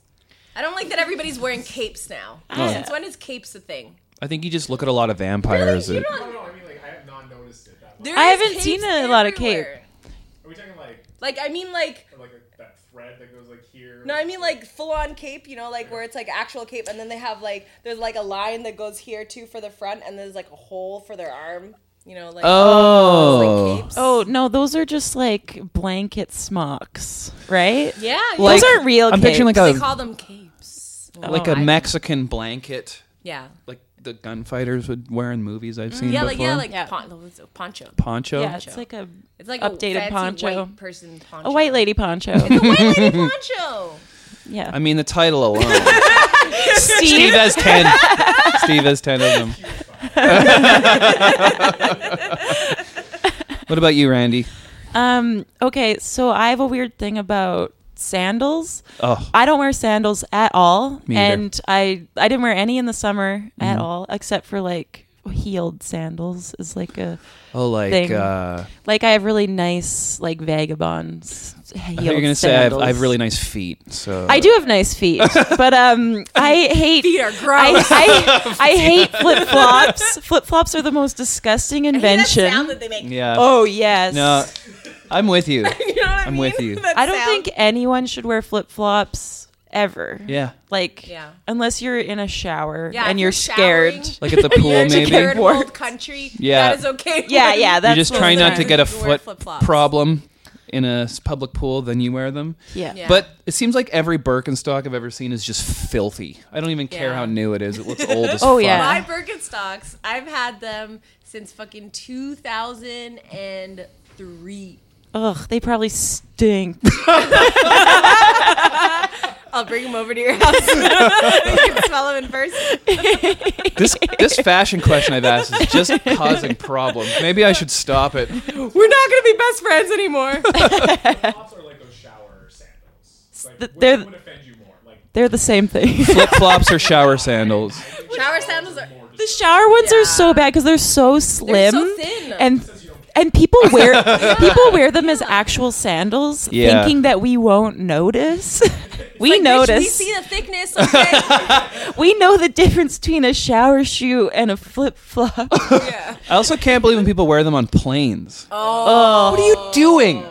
Speaker 3: I don't like that everybody's wearing capes now.
Speaker 4: Oh.
Speaker 3: Since when is capes a thing?
Speaker 2: I think you just look at a lot of vampires.
Speaker 3: You're
Speaker 2: that-
Speaker 3: not-
Speaker 5: Oh, No, no, I mean like I have not noticed it that much.
Speaker 3: there
Speaker 4: I
Speaker 3: is
Speaker 4: haven't
Speaker 3: capes
Speaker 4: seen a lot of
Speaker 3: everywhere.
Speaker 5: Are we talking like
Speaker 3: Like I mean, like
Speaker 5: like that thread that goes like here?
Speaker 3: No, I mean like full on cape, you know, like where it's like actual cape, and then they have like there's like a line that goes here too for the front, and there's like a hole for their arm, you know, like those, like,
Speaker 2: oh,
Speaker 3: capes.
Speaker 4: Oh no, those are just like blanket smocks, right?
Speaker 3: yeah,
Speaker 4: Those aren't real.
Speaker 2: I'm picturing like
Speaker 4: capes.
Speaker 2: a
Speaker 3: they call them capes.
Speaker 2: like
Speaker 4: Oh,
Speaker 2: a
Speaker 4: I-
Speaker 2: Mexican blanket,
Speaker 3: Yeah,
Speaker 2: like the gunfighters would wear in movies I've seen
Speaker 3: Mm, yeah,
Speaker 2: before.
Speaker 3: like yeah, like
Speaker 4: Yeah.
Speaker 3: pon- those- a poncho.
Speaker 2: poncho.
Speaker 4: yeah, it's like a
Speaker 3: It's like
Speaker 4: Updated
Speaker 3: a fancy
Speaker 4: poncho.
Speaker 3: white person poncho,
Speaker 4: a white lady poncho.
Speaker 3: white lady poncho.
Speaker 4: yeah.
Speaker 2: I mean the title alone. Steve
Speaker 4: Steve,
Speaker 2: has ten. Steve has ten of them. what about you, Randy?
Speaker 4: um okay, so I have a weird thing about sandals.
Speaker 2: Oh,
Speaker 4: I don't wear sandals at all,
Speaker 2: Me either. Mm-hmm.
Speaker 4: and I I didn't wear any in the summer at all, except for like heeled sandals. Is like a
Speaker 2: oh, like
Speaker 4: Thing.
Speaker 2: uh,
Speaker 4: like I have really nice like vagabonds heeled
Speaker 2: I thought you were gonna
Speaker 4: sandals.
Speaker 2: say I have, I have really nice feet. So
Speaker 4: I do have nice feet, but um, I hate
Speaker 3: Feet are
Speaker 4: I,
Speaker 3: gross.
Speaker 4: I, I hate flip flops. Flip flops are the most disgusting
Speaker 3: That sound
Speaker 4: invention.
Speaker 3: that they make.
Speaker 2: Yeah.
Speaker 4: Oh yes.
Speaker 2: no, I'm with you.
Speaker 3: You know what I
Speaker 2: I'm
Speaker 3: mean?
Speaker 2: with you.
Speaker 3: That
Speaker 4: I don't
Speaker 3: sound.
Speaker 4: think anyone should wear flip flops ever.
Speaker 2: Yeah.
Speaker 4: Like
Speaker 3: Yeah.
Speaker 4: unless you're in a shower
Speaker 3: Yeah,
Speaker 4: and
Speaker 3: if
Speaker 4: you're,
Speaker 3: you're
Speaker 4: scared.
Speaker 3: showering,
Speaker 2: Like at the pool,
Speaker 3: You're in
Speaker 2: maybe.
Speaker 3: a third
Speaker 2: You're
Speaker 3: world country.
Speaker 2: Yeah.
Speaker 3: that is okay.
Speaker 4: Yeah, yeah. That's
Speaker 2: just
Speaker 4: what
Speaker 2: trying
Speaker 4: I'm
Speaker 2: not to
Speaker 4: saying.
Speaker 2: get a
Speaker 3: You wear
Speaker 2: foot
Speaker 3: flip-flops.
Speaker 2: problem in a s- public pool, then you wear them.
Speaker 4: Yeah.
Speaker 3: Yeah.
Speaker 2: But it seems like every Birkenstock I've ever seen is just filthy. I don't even care
Speaker 3: Yeah.
Speaker 2: how new it is. It looks old as
Speaker 4: Oh,
Speaker 2: fuck.
Speaker 4: yeah.
Speaker 3: My Birkenstocks, I've had them since fucking 2003.
Speaker 4: Ugh, they probably stink.
Speaker 3: I'll bring them over to your house. you can smell them in person.
Speaker 2: This this fashion question I've asked is just causing problems. Maybe I should stop it.
Speaker 3: We're not going to be best friends anymore.
Speaker 5: Flip-flops are like those shower sandals. Like,
Speaker 4: th-
Speaker 5: which
Speaker 4: they're-
Speaker 5: would offend you more? Like
Speaker 4: They're the same thing.
Speaker 2: Flip flops or shower sandals.
Speaker 3: Shower sandals are.
Speaker 5: more
Speaker 4: The
Speaker 5: just
Speaker 4: shower ones
Speaker 3: Yeah.
Speaker 4: are so bad because they're so slim
Speaker 3: thin.
Speaker 4: and
Speaker 5: you don't
Speaker 4: and people wear people wear them as actual sandals,
Speaker 2: Yeah.
Speaker 4: thinking that we won't notice. we
Speaker 3: Like, bitch,
Speaker 4: notice.
Speaker 3: We see the thickness. Okay.
Speaker 4: We know the difference between a shower shoe and a flip flop.
Speaker 3: yeah.
Speaker 2: I also can't believe when people wear them on planes.
Speaker 3: Oh.
Speaker 2: What are you doing?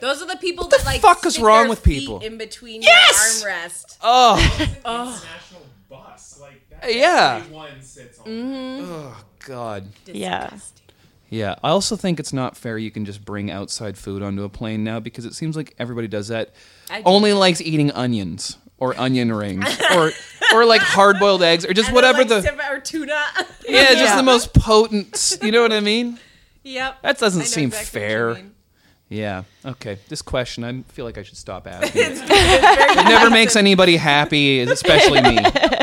Speaker 3: Those are the people
Speaker 2: the
Speaker 3: that like.
Speaker 2: fuck is
Speaker 3: stick
Speaker 2: wrong
Speaker 3: their
Speaker 2: with
Speaker 3: feet
Speaker 2: people?
Speaker 3: In between
Speaker 2: Yes!
Speaker 3: your armrest.
Speaker 2: Oh
Speaker 5: international bus. Like that
Speaker 2: Yeah.
Speaker 5: One sits on.
Speaker 2: God.
Speaker 4: Yeah.
Speaker 2: Yeah, I also think it's not fair you can just bring outside food onto a plane now because it seems like everybody does that.
Speaker 3: I do.
Speaker 2: Only likes eating onions or onion rings or or like hard boiled eggs or just
Speaker 3: And
Speaker 2: whatever
Speaker 3: they're,
Speaker 2: the
Speaker 3: like, sep- or tuna.
Speaker 2: yeah, just
Speaker 4: Yeah.
Speaker 2: the most potent. s- You know what I mean?
Speaker 3: yep.
Speaker 2: That doesn't
Speaker 3: I know
Speaker 2: seem
Speaker 3: exactly what you
Speaker 2: fair.
Speaker 3: mean.
Speaker 2: Yeah. Okay. This question, I feel like I should stop asking. it. It never makes anybody happy, especially me.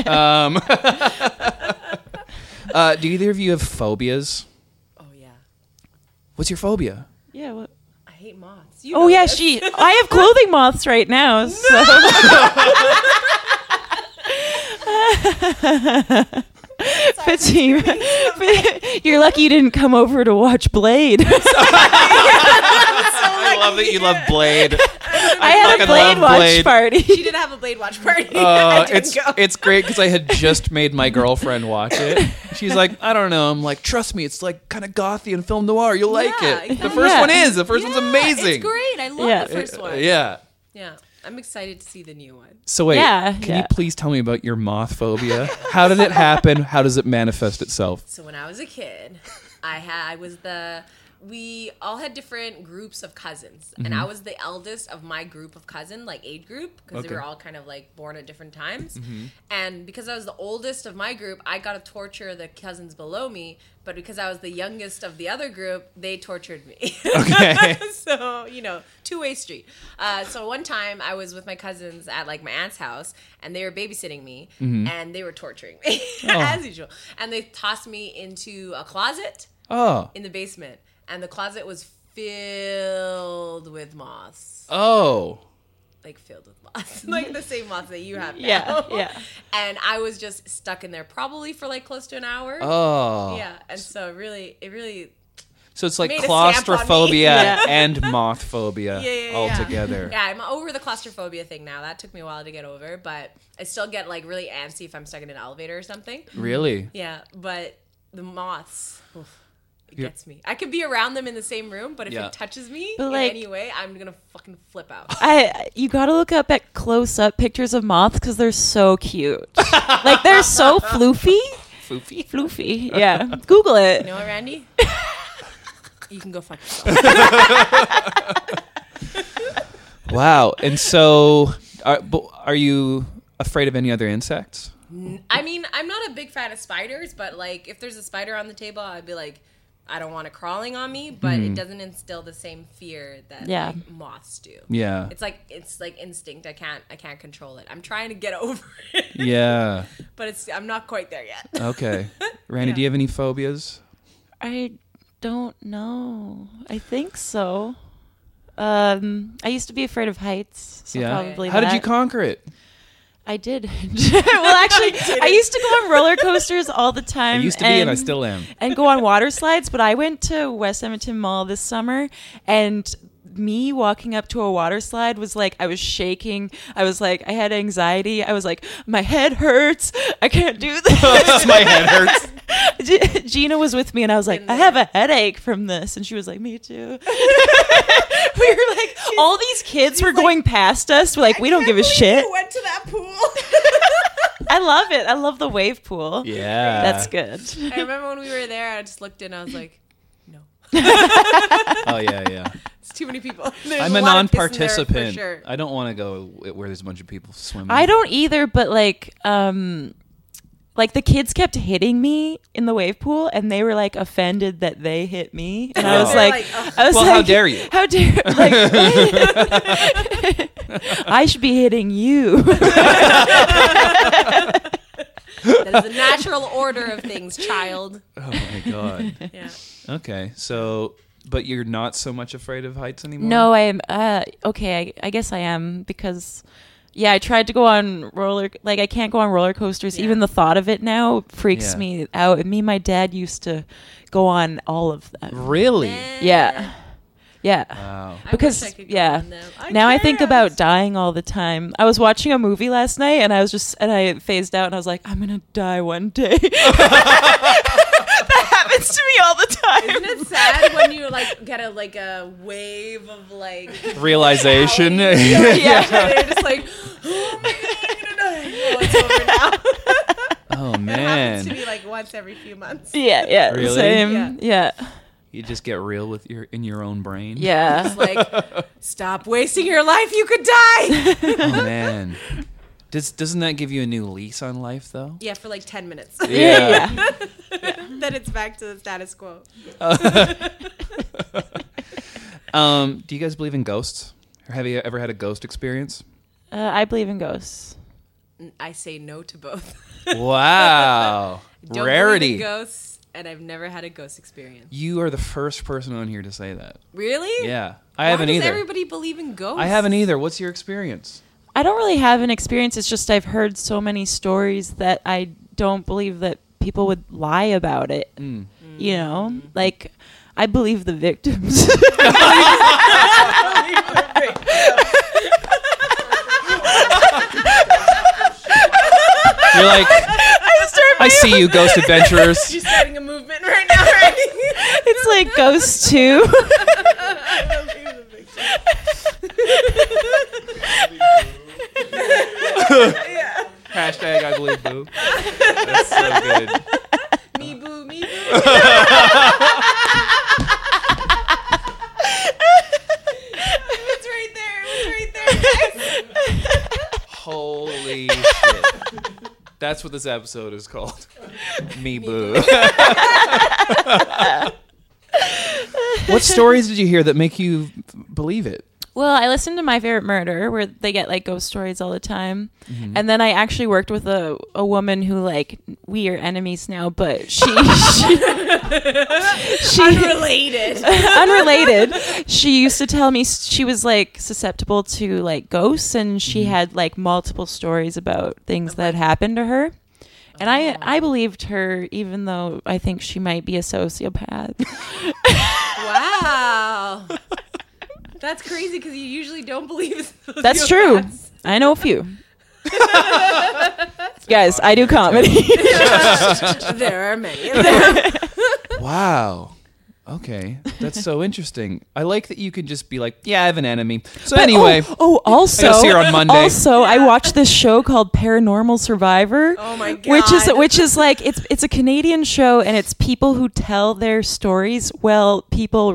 Speaker 2: Um, uh, do either of you have phobias?
Speaker 3: Oh yeah.
Speaker 2: What's your phobia?
Speaker 4: Yeah. What?
Speaker 3: I hate moths. You
Speaker 4: Oh
Speaker 3: know
Speaker 4: yeah,
Speaker 3: this.
Speaker 4: she. I have clothing moths right now. So. Fatima, you're lucky you didn't come over to watch Blade.
Speaker 3: so
Speaker 2: I love that you love Blade.
Speaker 4: I had a
Speaker 2: fucking
Speaker 4: Blade
Speaker 2: love
Speaker 4: watch
Speaker 2: Blade.
Speaker 3: She
Speaker 4: party.
Speaker 3: did have a Blade watch party. I
Speaker 2: Uh,
Speaker 3: didn't
Speaker 2: it's
Speaker 3: go.
Speaker 2: it's great because I had just made my girlfriend watch it. She's like, I don't know. I'm like, trust me, it's like kind of gothy and film noir. You'll like
Speaker 3: Yeah,
Speaker 2: it. The
Speaker 3: exactly.
Speaker 2: first
Speaker 4: Yeah.
Speaker 2: one is. The first one's
Speaker 3: Yeah,
Speaker 2: amazing.
Speaker 3: It's great. I love
Speaker 4: Yeah.
Speaker 3: the first one. Yeah.
Speaker 2: Yeah.
Speaker 3: I'm excited to see the new one.
Speaker 2: So wait,
Speaker 4: Yeah,
Speaker 2: can you
Speaker 4: yeah.
Speaker 2: please tell me about your moth phobia? How did it happen? How does it manifest itself?
Speaker 3: So when I was a kid, I had I was the we all had different groups of cousins, and
Speaker 2: Mm-hmm.
Speaker 3: I was the eldest of my group of cousin, like age group, because
Speaker 2: Okay.
Speaker 3: we were all kind of like born at different times. And because I was the oldest of my group, I got to torture the cousins below me. But because I was the youngest of the other group, they tortured me.
Speaker 2: Okay.
Speaker 3: so you know two-way street uh, so one time i was with my cousins at like my aunt's house and they were babysitting me and they were torturing me as usual and they tossed me into a closet
Speaker 2: Oh.
Speaker 3: in the basement and the closet was filled with moths
Speaker 2: Oh.
Speaker 3: like filled with moths like the same moths that you have now.
Speaker 4: Yeah, yeah.
Speaker 3: and i was just stuck in there probably for like close to an hour
Speaker 2: Oh.
Speaker 3: yeah and so it really it really
Speaker 2: So it's like
Speaker 3: Made a stamp on me.
Speaker 2: claustrophobia
Speaker 4: Yeah.
Speaker 2: and moth phobia
Speaker 3: Yeah, yeah, yeah.
Speaker 2: all together.
Speaker 3: Yeah, I'm over the claustrophobia thing now. That took me a while to get over, but I still get like really antsy if I'm stuck in an elevator or something.
Speaker 4: Mm.
Speaker 2: Really?
Speaker 3: Yeah, but the moths. oof, it gets me. I could be around them in the same room, but if
Speaker 2: Yeah.
Speaker 3: it touches me
Speaker 4: But,
Speaker 3: in
Speaker 4: like-
Speaker 3: any way, I'm gonna fucking flip out.
Speaker 4: I you gotta look up at close up pictures of moths because they're so cute. like they're so floofy. Floofy. Floofy. Yeah. Google it.
Speaker 3: You know what, Randy? you can go fuck yourself.
Speaker 2: Wow. And so, are, but are you afraid of any other insects?
Speaker 3: I mean, I'm not a big fan of spiders, but like if there's a spider on the table, I'd be like, I don't want it crawling on me, but
Speaker 2: Hmm.
Speaker 3: it doesn't instill the same fear that
Speaker 4: Yeah.
Speaker 3: like, moths do.
Speaker 2: Yeah.
Speaker 3: it's like it's like instinct i can't i can't control it i'm trying to get over it
Speaker 2: yeah. Uh,
Speaker 3: but it's i'm not quite there yet
Speaker 2: Okay. Randy, do you have any phobias?
Speaker 4: I don't know. I think so. Um, I used to be afraid of heights, so
Speaker 2: yeah.
Speaker 4: probably.
Speaker 2: How did you
Speaker 4: that.
Speaker 2: conquer it?
Speaker 4: I did. well, actually, I, used to go on roller coasters all the time.
Speaker 2: I used to be, and I still am.
Speaker 4: and go on water slides. But I went to West Edmonton Mall this summer, and me walking up to a water slide was like I was shaking. I was like I had anxiety. I was like my head hurts. I can't do this.
Speaker 2: My head hurts.
Speaker 4: G- Gina was with me, and I was like I have a headache from this, and she was like me too. we were like all these kids were going past us. We're like we don't give a shit.
Speaker 3: went to that pool
Speaker 4: I love it. I love the wave pool.
Speaker 2: Yeah.
Speaker 4: That's good.
Speaker 3: i remember when we were there i just looked in i was like no
Speaker 2: Oh yeah, yeah.
Speaker 3: it's too many people There's
Speaker 2: I'm a
Speaker 3: a lot of piss in there for
Speaker 2: non-participant.
Speaker 3: sure.
Speaker 2: I don't want to go where there's a bunch of people swimming.
Speaker 4: I don't either, but like, um, like the kids kept hitting me in the wave pool, and they were like offended that they hit me, and I was
Speaker 2: They're
Speaker 4: like,
Speaker 3: like, "Ugh."
Speaker 4: I was
Speaker 2: Well,
Speaker 4: like,
Speaker 2: how dare you.
Speaker 4: How dare like I should be hitting you.
Speaker 3: that is the natural order of things child
Speaker 2: Oh my god.
Speaker 3: yeah
Speaker 2: okay, so but you're not so much afraid of heights anymore.
Speaker 4: no, I'm uh, okay. I, I guess I am because. Yeah, I tried to go on roller like I can't go on roller coasters. Even the thought of it now freaks
Speaker 2: Yeah.
Speaker 4: me out. And me and my dad used to go on all of them.
Speaker 2: Really?
Speaker 4: Yeah. Yeah.
Speaker 2: Wow.
Speaker 3: I
Speaker 4: because
Speaker 3: wish I could go
Speaker 4: yeah
Speaker 3: on them.
Speaker 4: now i think
Speaker 3: can't.
Speaker 4: about dying all the time i was watching a movie last night and i was just and i phased out and i was like i'm gonna die one day that happens to me all the time
Speaker 3: isn't it sad when you like get a like a wave of like
Speaker 2: Realization.
Speaker 3: yeah, they're just like oh my god i'm gonna die well, it's over now
Speaker 2: oh
Speaker 3: happens
Speaker 2: man.
Speaker 3: to me like once every few months
Speaker 4: yeah yeah
Speaker 2: Really?
Speaker 4: same yeah
Speaker 2: You just get real with your in your own brain.
Speaker 4: yeah
Speaker 3: It's like, stop wasting your life. You could die.
Speaker 2: Oh man. Does doesn't that give you a new lease on life though?
Speaker 3: Yeah, for like 10 minutes.
Speaker 2: Yeah.
Speaker 3: then it's back to the status quo.
Speaker 2: Um, do you guys believe in ghosts? Or have you ever had a ghost experience?
Speaker 4: Uh, i believe in ghosts
Speaker 3: I say no to both.
Speaker 2: Wow.
Speaker 3: Don't
Speaker 2: Rarity.
Speaker 3: believe in ghosts, and I've never had a ghost experience.
Speaker 2: You are the first person on here to say that.
Speaker 3: Really?
Speaker 2: Yeah. I
Speaker 3: Why
Speaker 2: haven't
Speaker 3: does
Speaker 2: either.
Speaker 3: everybody believe in ghosts?
Speaker 2: I haven't e- either. What's your experience?
Speaker 4: i don't really have an experience it's just i've heard so many stories that
Speaker 3: Mm.
Speaker 4: i don't believe that people would lie about it you know like I believe the victims.
Speaker 2: You're like,
Speaker 4: I start
Speaker 2: I see you, Ghost Adventurers.
Speaker 3: She's starting a movement right now, right?
Speaker 4: It's like Ghost 2.
Speaker 2: Hashtag I believe boo. That's so good.
Speaker 3: me boo, me boo. it's right there. It was right there. guys.
Speaker 2: Holy shit. That's what this episode is called. Me boo. what stories did you hear that make you believe it?
Speaker 4: Well, I listened to My Favorite Murder, where they get like ghost stories all the time, and then I actually worked with a, a woman who like we are enemies now, but she she, she
Speaker 3: Unrelated.
Speaker 4: unrelated. She used to tell me s- she was like susceptible to like ghosts, and she had like multiple stories about things that happened to her. And I, I believed her, even though I think she might be a sociopath.
Speaker 3: Wow. That's crazy because you usually don't believe.
Speaker 4: That's true. I know a few. Guys, I do comedy.
Speaker 3: There are many. of them.
Speaker 2: Wow. Okay. That's so interesting. I like that you can just be like, yeah, I have an enemy. So
Speaker 4: But-
Speaker 2: anyway,
Speaker 4: oh, oh, also,
Speaker 2: I gotta see her on Monday.
Speaker 4: also, I watched this show called Paranormal Survivor.
Speaker 3: Oh my
Speaker 4: Which is
Speaker 3: God.
Speaker 4: which is like it's it's a Canadian show, and it's people who tell their stories while people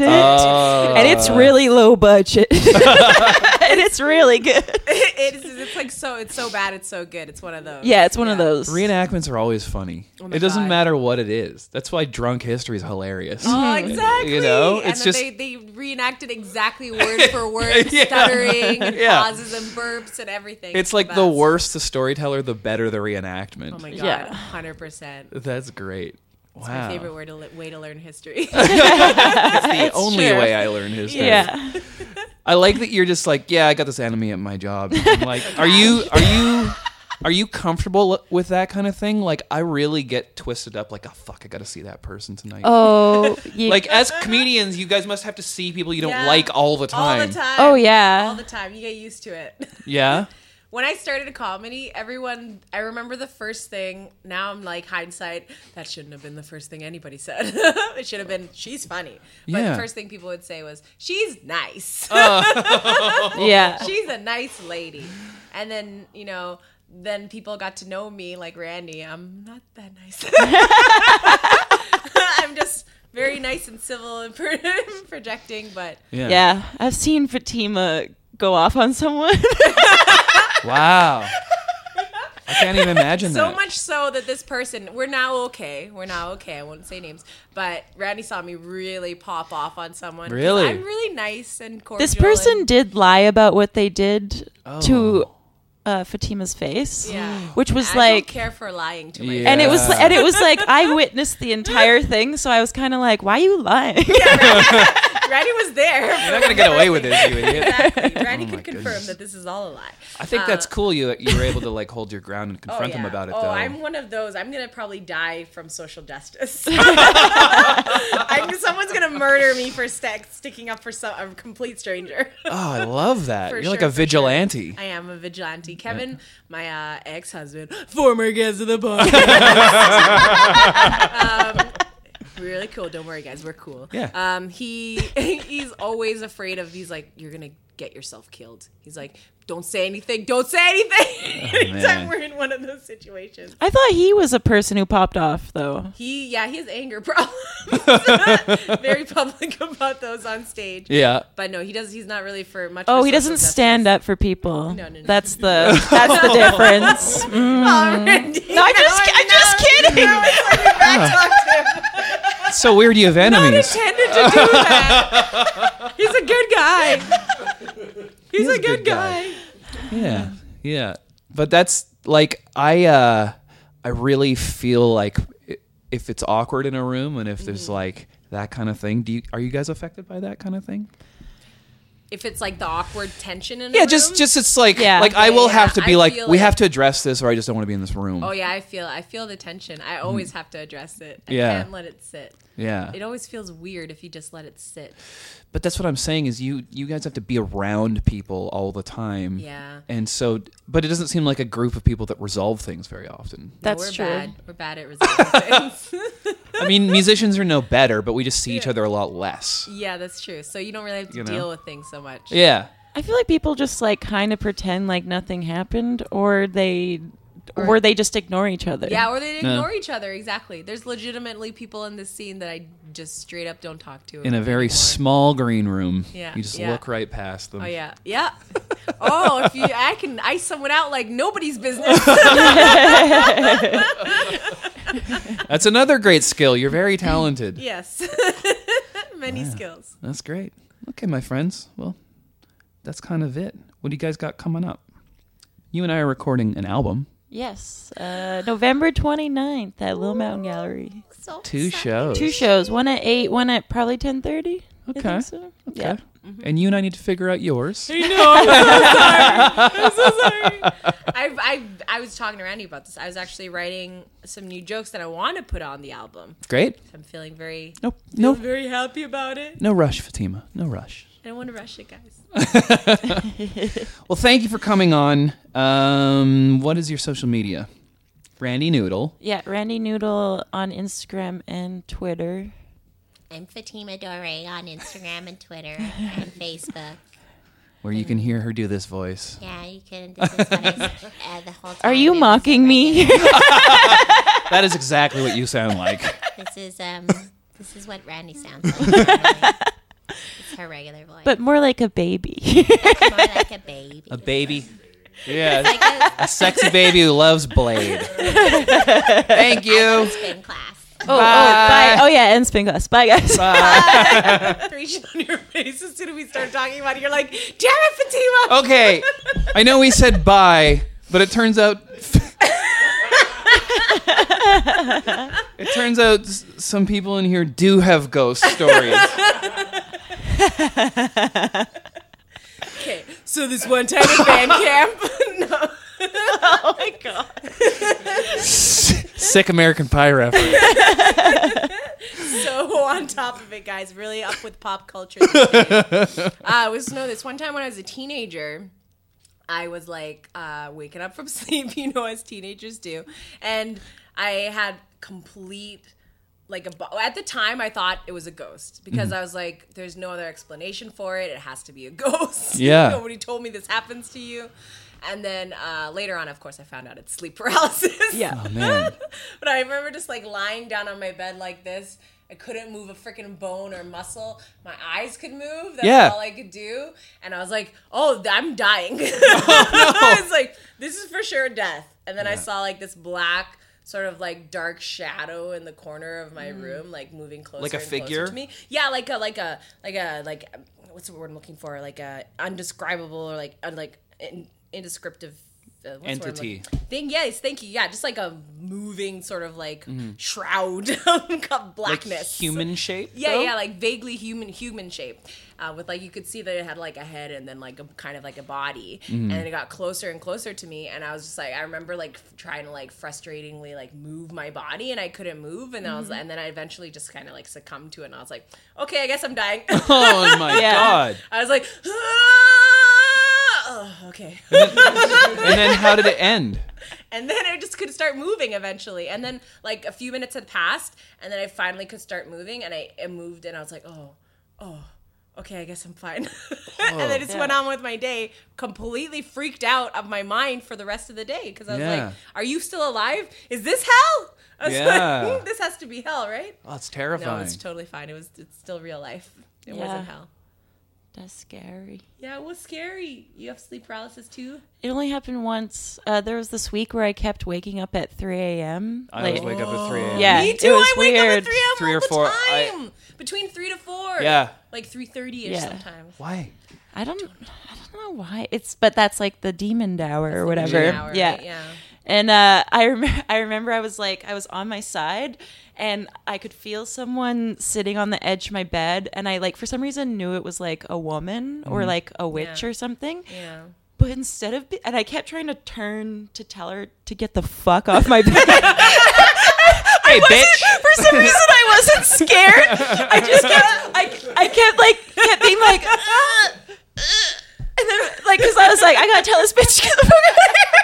Speaker 3: Reenact
Speaker 4: it,
Speaker 3: it.
Speaker 2: Oh.
Speaker 4: and it's really low budget, and it's really good.
Speaker 3: it is, it's like so. It's so bad. It's so good. It's one of those.
Speaker 4: Yeah, it's one of those.
Speaker 2: reenactments are always funny.
Speaker 3: Oh my
Speaker 2: it doesn't
Speaker 3: God.
Speaker 2: matter what it is. That's why drunk history is hilarious.
Speaker 3: Oh, exactly.
Speaker 2: Mm. You know,
Speaker 3: and
Speaker 2: it's
Speaker 3: then
Speaker 2: just-
Speaker 3: they, they reenacted exactly word for word,
Speaker 2: Yeah.
Speaker 3: stuttering and
Speaker 2: Yeah.
Speaker 3: pauses and burps and everything.
Speaker 2: It's like the
Speaker 3: best.
Speaker 2: worse the storyteller, the better the reenactment.
Speaker 3: Oh my god,
Speaker 4: Yeah.
Speaker 3: hundred percent.
Speaker 2: That's great. Wow.
Speaker 3: My favorite word to li- way to learn history.
Speaker 2: It's the only
Speaker 4: true.
Speaker 2: way I learn history.
Speaker 4: Yeah,
Speaker 2: I like that you're just like, yeah, I got this enemy at my job. I'm like, are you are you are you comfortable with that kind of thing? Like, I really get twisted up. Like, oh fuck, I got to see that person tonight.
Speaker 4: Oh, you,
Speaker 2: Like, as comedians, you guys must have to see people you don't
Speaker 3: Yeah.
Speaker 2: like all the
Speaker 3: All
Speaker 2: time.
Speaker 3: the time.
Speaker 4: oh yeah.
Speaker 3: All the time. You get used to it.
Speaker 2: Yeah.
Speaker 3: when I started comedy, everyone, I remember the first thing. Now I'm like, hindsight, that shouldn't have been the first thing anybody said. it should have been, she's funny. But
Speaker 2: Yeah.
Speaker 3: the first thing people would say was, she's nice.
Speaker 4: yeah.
Speaker 3: she's a nice lady. And then, you know, then people got to know me like Randy. I'm not that nice. I'm just very nice and civil and pro- projecting, but
Speaker 2: Yeah.
Speaker 4: Yeah, I've seen Fatima go off on someone.
Speaker 2: Wow. I can't even imagine
Speaker 3: so
Speaker 2: that.
Speaker 3: much so that this person, we're now okay. We're now okay. I won't say names, but Randy saw me really pop off on someone. 'cause
Speaker 2: Really?
Speaker 3: I'm really nice and cordial.
Speaker 4: this person
Speaker 3: and-
Speaker 4: did lie about what they did to
Speaker 2: Oh.
Speaker 4: uh, Fatima's face,
Speaker 3: Yeah.
Speaker 4: which was
Speaker 3: I
Speaker 4: like,
Speaker 3: don't care for lying to my
Speaker 2: Yeah.
Speaker 4: and it was,
Speaker 2: Yeah.
Speaker 4: and it was like I witnessed the entire thing, so I was kind of like, why are you lying?
Speaker 3: Randy was there.
Speaker 2: You're not gonna get away with this, you idiot.
Speaker 3: Exactly. Randy
Speaker 2: Oh my
Speaker 3: could confirm
Speaker 2: goodness.
Speaker 3: that this is all a lie.
Speaker 2: I think that's cool. You you were able to like hold your ground and confront them
Speaker 3: Um, yeah.
Speaker 2: about it,
Speaker 3: Oh,
Speaker 2: though.
Speaker 3: I'm one of those. I'm gonna probably die from social justice. I'm, someone's gonna murder me for st- sticking up for some, a complete stranger.
Speaker 2: Oh, I love that.
Speaker 3: For
Speaker 2: You're like
Speaker 3: sure,
Speaker 2: a
Speaker 3: for sure.
Speaker 2: vigilante.
Speaker 3: I am a vigilante. Kevin, my uh, ex husband, former guest of the podcast. um, really cool. Don't worry, guys. We're cool.
Speaker 2: Yeah.
Speaker 3: Um, he he's always afraid of. He's like, you're gonna get yourself killed. He's like, don't say anything. Don't say anything. Anytime
Speaker 2: Oh, man.
Speaker 3: we're in one of those situations.
Speaker 4: I thought he was a person who popped off, though.
Speaker 3: He yeah, he has anger problems. Very public about those on stage.
Speaker 2: Yeah.
Speaker 3: But no, he does. He's not really for much.
Speaker 4: Oh,
Speaker 3: for
Speaker 4: he
Speaker 3: social
Speaker 4: doesn't stand
Speaker 3: justice.
Speaker 4: up for people.
Speaker 3: No, no, no.
Speaker 4: That's the that's the difference. Mm.
Speaker 3: Oh, Randy,
Speaker 4: No,
Speaker 3: now
Speaker 4: I'm just,
Speaker 3: I
Speaker 4: I'm just kidding.
Speaker 3: know it's like you're back talking.
Speaker 2: It's so weird you have
Speaker 3: not
Speaker 2: enemies.
Speaker 3: intended to do that. He's a good guy. He's
Speaker 2: is
Speaker 3: a good, guy.
Speaker 2: Yeah. Yeah. But that's like I uh I really feel like i- if it's awkward in a
Speaker 3: Mm-hmm.
Speaker 2: room and if there's like that kind of thing, do you are you guys affected by that kind of thing?
Speaker 3: if it's like the awkward tension in a
Speaker 2: Yeah, just
Speaker 3: room.
Speaker 2: just it's like
Speaker 4: Yeah.
Speaker 2: like I
Speaker 3: Yeah,
Speaker 2: will
Speaker 3: yeah,
Speaker 2: have to be
Speaker 3: I
Speaker 2: like we
Speaker 3: feel
Speaker 2: have
Speaker 3: it.
Speaker 2: to address this or I just don't want to be in this room.
Speaker 3: Oh yeah, I feel I feel the tension. I always have to address it. I
Speaker 2: Yeah.
Speaker 3: can't let it sit.
Speaker 2: yeah.
Speaker 3: It always feels weird if you just let it sit.
Speaker 2: But that's what I'm saying is you you guys have to be around people all the time.
Speaker 3: Yeah.
Speaker 2: And so but it doesn't seem like a group of people that resolve things very often.
Speaker 3: No,
Speaker 4: That's
Speaker 3: we're
Speaker 4: true.
Speaker 3: Bad. We're bad at resolving things.
Speaker 2: I mean, musicians are no better, but we just see each other a lot less.
Speaker 3: yeah, that's true. So you don't really have to
Speaker 2: You know?
Speaker 3: deal with things so much.
Speaker 2: Yeah.
Speaker 4: I feel like people just like kind of pretend like nothing happened, or they, or, they just ignore each other.
Speaker 3: Yeah, or they
Speaker 2: No.
Speaker 3: ignore each other. Exactly. There's legitimately people in this scene that I just straight up don't talk to.
Speaker 2: In a very
Speaker 3: anymore.
Speaker 2: small green room.
Speaker 3: Yeah,
Speaker 2: You just
Speaker 3: yeah.
Speaker 2: look right past them.
Speaker 3: Oh yeah, yeah. Oh, if you, I can ice someone out like nobody's business.
Speaker 2: That's another great skill. You're very talented.
Speaker 3: yes, many skills.
Speaker 2: That's great. Okay, my friends. Well, that's kind of it. What do you guys got coming up? You and I are recording an album,
Speaker 4: Yes. Uh, November 29th at Little Mountain Gallery.
Speaker 3: So
Speaker 2: two shows.
Speaker 4: Two shows, one at eight, one at probably 10:30. I
Speaker 2: Okay.
Speaker 4: think so. Yeah.
Speaker 2: Okay. And you and I need to figure out yours.
Speaker 3: I, I I was talking to Randy about this. I was actually writing some new jokes that I want to put on the album.
Speaker 2: Great.
Speaker 3: I'm feeling very
Speaker 2: Nope. No.
Speaker 3: very happy about it.
Speaker 2: No rush, Fatima. No rush.
Speaker 3: I don't want to rush it, guys.
Speaker 2: Well, thank you for coming on. Um, what is your social media? Randy Noodle.
Speaker 4: Yeah, Randy Noodle on Instagram and Twitter.
Speaker 6: I'm Fatima Dore on Instagram and Twitter and Facebook.
Speaker 2: Where you can hear her do this voice.
Speaker 6: Yeah, you can. This is what I, uh, the whole time
Speaker 4: Are you
Speaker 6: it was
Speaker 4: mocking me?
Speaker 2: That is exactly what you sound like.
Speaker 6: like- This is um, this is what Randy sounds like. it's her regular voice,
Speaker 4: but more like a baby.
Speaker 6: more like a baby.
Speaker 2: A baby. Yeah.
Speaker 6: Like a
Speaker 2: A sexy baby who loves Blade. Thank you.
Speaker 6: spin class.
Speaker 4: Oh, oh, bye. Oh, yeah, and spin glass. Bye, guys.
Speaker 3: Creation on your face as soon as we start talking about it. You're like, damn it, Fatima.
Speaker 2: Okay. I know we said bye, but it turns out. it turns out s- some people in here do have ghost stories.
Speaker 3: Okay. So this one time at band camp. no. oh my god.
Speaker 2: Sick American Pie reference.
Speaker 3: so on top of it, guys. Really up with pop culture. these days. uh, I was no this one time when I was a teenager. I was like uh, waking up from sleep, you know, as teenagers do, and I had complete like a bo- at the time I thought it was a ghost because I was like, there's no other explanation for it. It has to be a ghost.
Speaker 2: Yeah.
Speaker 3: nobody told me this happens to you. And then uh, later on, of course, I found out it's sleep paralysis.
Speaker 4: Yeah.
Speaker 2: Oh, man.
Speaker 3: But I remember just like lying down on my bed like this. I couldn't move a freaking bone or muscle. My eyes could move. That's
Speaker 2: Yeah.
Speaker 3: all I could do. And I was like, oh, th- I'm dying. I was like, this is for sure death. And then I saw like this black sort of like dark shadow in the corner of my room, like moving closer,
Speaker 2: Mm. Like a
Speaker 3: and closer
Speaker 2: figure?
Speaker 3: to me. Yeah, like a like a like a like what's the word I'm looking for? Like a undescribable or like un, like in, indescriptive. Uh, what's the word I'm looking-
Speaker 2: Entity.
Speaker 3: Thing, yes, thank you. Yeah, just like a moving sort of like shroud of blackness.
Speaker 2: Mm-hmm. human shape?
Speaker 3: Yeah,
Speaker 2: though?
Speaker 3: yeah, like vaguely human human shape, uh, with like you could see that it had like a head and then like a kind of like a body, and then it got closer and closer to me, and I was just like, I remember like f- trying to like frustratingly like move my body, and I couldn't move, and I was, and then I eventually just kind of like succumbed to it, and I was like, okay, I guess I'm dying.
Speaker 2: Oh, my
Speaker 4: Yeah.
Speaker 2: God.
Speaker 3: I was like, "Ah!" oh, okay.
Speaker 2: And then how did it end?
Speaker 3: And then I just could start moving eventually. And then like a few minutes had passed, and then I finally could start moving. And I, I moved, and I was like, oh, oh, okay, I guess I'm fine. and I just went on with my day, completely freaked out of my mind for the rest of the day because I was
Speaker 2: Yeah.
Speaker 3: like, are you still alive? Is this hell? I was
Speaker 2: Yeah.
Speaker 3: like, "Hmm, this has to be hell, right?
Speaker 2: Oh, it's
Speaker 3: No,
Speaker 2: terrifying.
Speaker 3: it's totally fine. It was it's still real life. It
Speaker 4: Yeah.
Speaker 3: wasn't hell.
Speaker 4: That's scary.
Speaker 3: Yeah, it was scary. You have sleep paralysis too?
Speaker 4: It only happened once. Uh, there was this week where I kept waking up at 3 a.m.
Speaker 2: I always wake up at 3 a.m.
Speaker 4: Yeah,
Speaker 3: Me
Speaker 4: it
Speaker 3: too.
Speaker 4: was
Speaker 3: I wake up
Speaker 4: weird.
Speaker 3: at 3 a.m.
Speaker 2: Three
Speaker 3: all
Speaker 2: or
Speaker 3: the
Speaker 2: four, I-
Speaker 3: Time. Between 3 to 4.
Speaker 2: Yeah.
Speaker 3: Like 3.30ish
Speaker 4: Yeah.
Speaker 3: sometimes.
Speaker 2: Why?
Speaker 4: I don't, I don't know why. It's but that's like the demon hour or
Speaker 3: Like
Speaker 4: whatever.
Speaker 3: an hour,
Speaker 4: yeah.
Speaker 3: right? yeah.
Speaker 4: And uh, I rem- I remember I was like I was on my side and I could feel someone sitting on the edge of my bed and I like for some reason knew it was like a woman or like a witch
Speaker 6: Yeah.
Speaker 4: or something.
Speaker 6: Yeah.
Speaker 4: But instead of be- and I kept trying to turn to tell her to get the fuck off my bed.
Speaker 2: Hey, bitch.
Speaker 4: for some reason I wasn't scared. I just kept I, I kept like kept being like "Ugh, ugh," and then like because I was like I gotta tell this bitch to get the fuck out of here.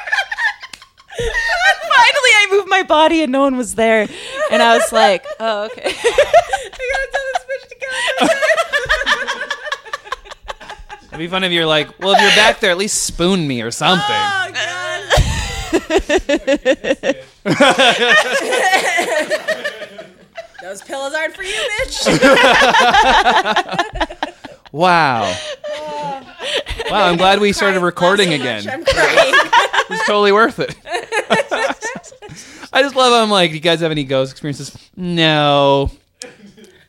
Speaker 4: And finally I moved my body and no one was there and I was like oh okay.
Speaker 2: It'd be fun if you're like, well, if you're back there, at least spoon me or something.
Speaker 3: Oh, God. Those pillows aren't for you, bitch.
Speaker 2: Wow. Wow, I'm glad we started recording
Speaker 3: Ah. so
Speaker 2: again.
Speaker 3: much, I'm crying.
Speaker 2: It was totally worth it. I just love how I'm like, do you guys have any ghost experiences? No.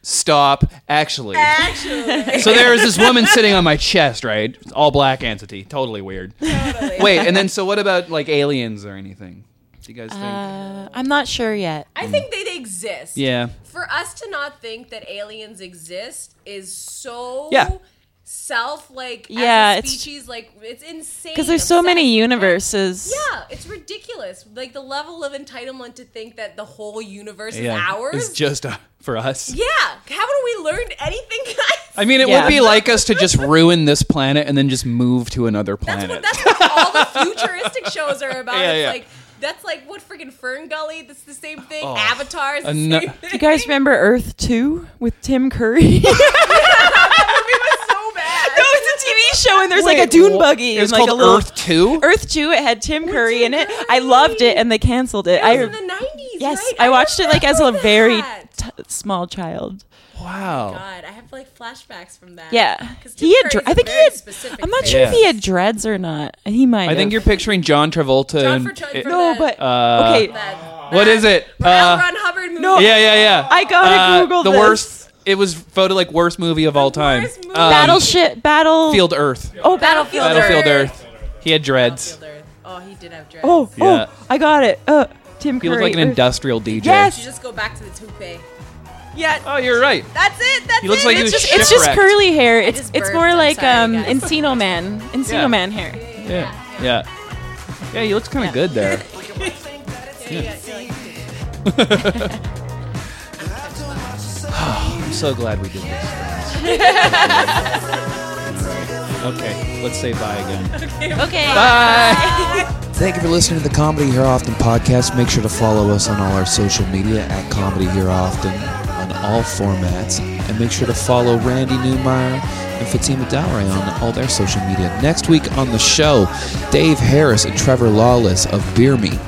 Speaker 2: Stop. Actually.
Speaker 3: Actually,
Speaker 2: So there was this woman sitting on my chest, right? All black entity. Totally weird.
Speaker 3: totally.
Speaker 2: Wait, and then so what about like aliens or anything? Do you guys think?
Speaker 4: Uh, I'm not sure yet.
Speaker 3: I think they, they exist.
Speaker 2: yeah.
Speaker 3: For us to not think that aliens exist is so
Speaker 2: Yeah.
Speaker 3: self like as a
Speaker 4: Yeah, it's-
Speaker 3: species like it's insane
Speaker 4: Because there's so
Speaker 3: Obsessed.
Speaker 4: many universes.
Speaker 3: Yeah, it's ridiculous. Like the level of entitlement to think that the whole universe
Speaker 2: Yeah.
Speaker 3: is ours.
Speaker 2: It's just uh, for us.
Speaker 3: yeah, haven't we learned anything, guys?
Speaker 2: I mean, it
Speaker 4: Yeah.
Speaker 2: would be like us to just ruin this planet and then just move to another
Speaker 3: That's what
Speaker 2: planet.
Speaker 3: that's what all the futuristic shows are about.
Speaker 2: Yeah,
Speaker 3: it's
Speaker 2: yeah.
Speaker 3: like that's like what freaking Fern Gully. That's the same thing.
Speaker 2: Oh,
Speaker 3: Avatar's the
Speaker 2: ano-
Speaker 3: same thing.
Speaker 4: You guys remember Earth 2 with Tim Curry?
Speaker 3: so bad.
Speaker 4: No, it's a TV show, and there's like
Speaker 2: Wait,
Speaker 4: a dune
Speaker 2: wha-
Speaker 4: buggy.
Speaker 2: It was
Speaker 4: and, like,
Speaker 2: called
Speaker 4: a little-
Speaker 2: Earth Two.
Speaker 4: Earth Two. It had Tim Curry in it.
Speaker 3: Tim
Speaker 4: I
Speaker 3: Curry.
Speaker 4: loved it, and they canceled
Speaker 3: It
Speaker 4: it.
Speaker 3: was
Speaker 4: I
Speaker 3: in the nineties.
Speaker 4: yes,
Speaker 3: right?
Speaker 4: I watched it like as a
Speaker 3: remember
Speaker 4: very
Speaker 3: that.
Speaker 4: t- small child.
Speaker 2: Wow.
Speaker 3: God, I have like flashbacks from that.
Speaker 4: Yeah,
Speaker 3: 'Cause Tim
Speaker 4: he had.
Speaker 3: Curry's
Speaker 4: Dre-
Speaker 3: a
Speaker 4: I think he
Speaker 3: very
Speaker 4: had.
Speaker 3: specific
Speaker 4: I'm not
Speaker 3: thing.
Speaker 4: sure if
Speaker 2: Yeah.
Speaker 4: he had dreads or not. He might.
Speaker 2: I think you're
Speaker 4: have.
Speaker 2: picturing John Travolta.
Speaker 3: John
Speaker 2: and,
Speaker 3: Travolta
Speaker 2: it-
Speaker 3: for
Speaker 4: No,
Speaker 3: that-
Speaker 4: but
Speaker 2: Uh,
Speaker 4: okay.
Speaker 3: That
Speaker 2: what is it?
Speaker 3: L.
Speaker 2: Uh,
Speaker 3: Ron Hubbard movie.
Speaker 4: No,
Speaker 2: yeah, yeah, yeah.
Speaker 4: I gotta
Speaker 2: Uh,
Speaker 4: Google
Speaker 2: the
Speaker 4: this.
Speaker 2: worst. It was voted like worst movie of all time.
Speaker 3: worst movie.
Speaker 4: Battleship battle.
Speaker 2: Field Earth.
Speaker 4: Oh, battlefield.
Speaker 2: Battlefield
Speaker 3: Earth.
Speaker 2: Earth. He had dreads.
Speaker 3: Oh, he did have dreads.
Speaker 4: Oh,
Speaker 2: Yeah.
Speaker 4: oh, I got it. Uh, Tim
Speaker 2: He
Speaker 4: Curry.
Speaker 2: looked like an
Speaker 4: Earth-
Speaker 2: industrial DJ.
Speaker 4: Yes.
Speaker 3: You just go back to the toupee.
Speaker 4: Yeah.
Speaker 2: Oh, you're right.
Speaker 3: That's it. That's
Speaker 2: He looks
Speaker 3: it.
Speaker 2: like he
Speaker 3: It's
Speaker 2: was
Speaker 3: just-
Speaker 4: It's just
Speaker 2: Shipwrecked.
Speaker 4: curly hair. It's
Speaker 3: just
Speaker 4: it's
Speaker 3: burped.
Speaker 4: more
Speaker 3: I'm
Speaker 4: like
Speaker 3: sorry,
Speaker 4: um
Speaker 3: guys.
Speaker 4: Encino Man. Encino
Speaker 2: Yeah.
Speaker 4: Man hair.
Speaker 2: Yeah. Yeah. Yeah, he looks kind of good there. I'm so glad we did this. okay, let's say bye again.
Speaker 4: Okay.
Speaker 2: Bye.
Speaker 1: Thank you for listening to the Comedy Here Often podcast. Make sure to follow us on all our social media at Comedy Here Often on all formats. And make sure to follow Randy Newmeyer and Fatima Dowry on all their social media. Next week on the show, Dave Harris and Trevor Lawless of Beer Me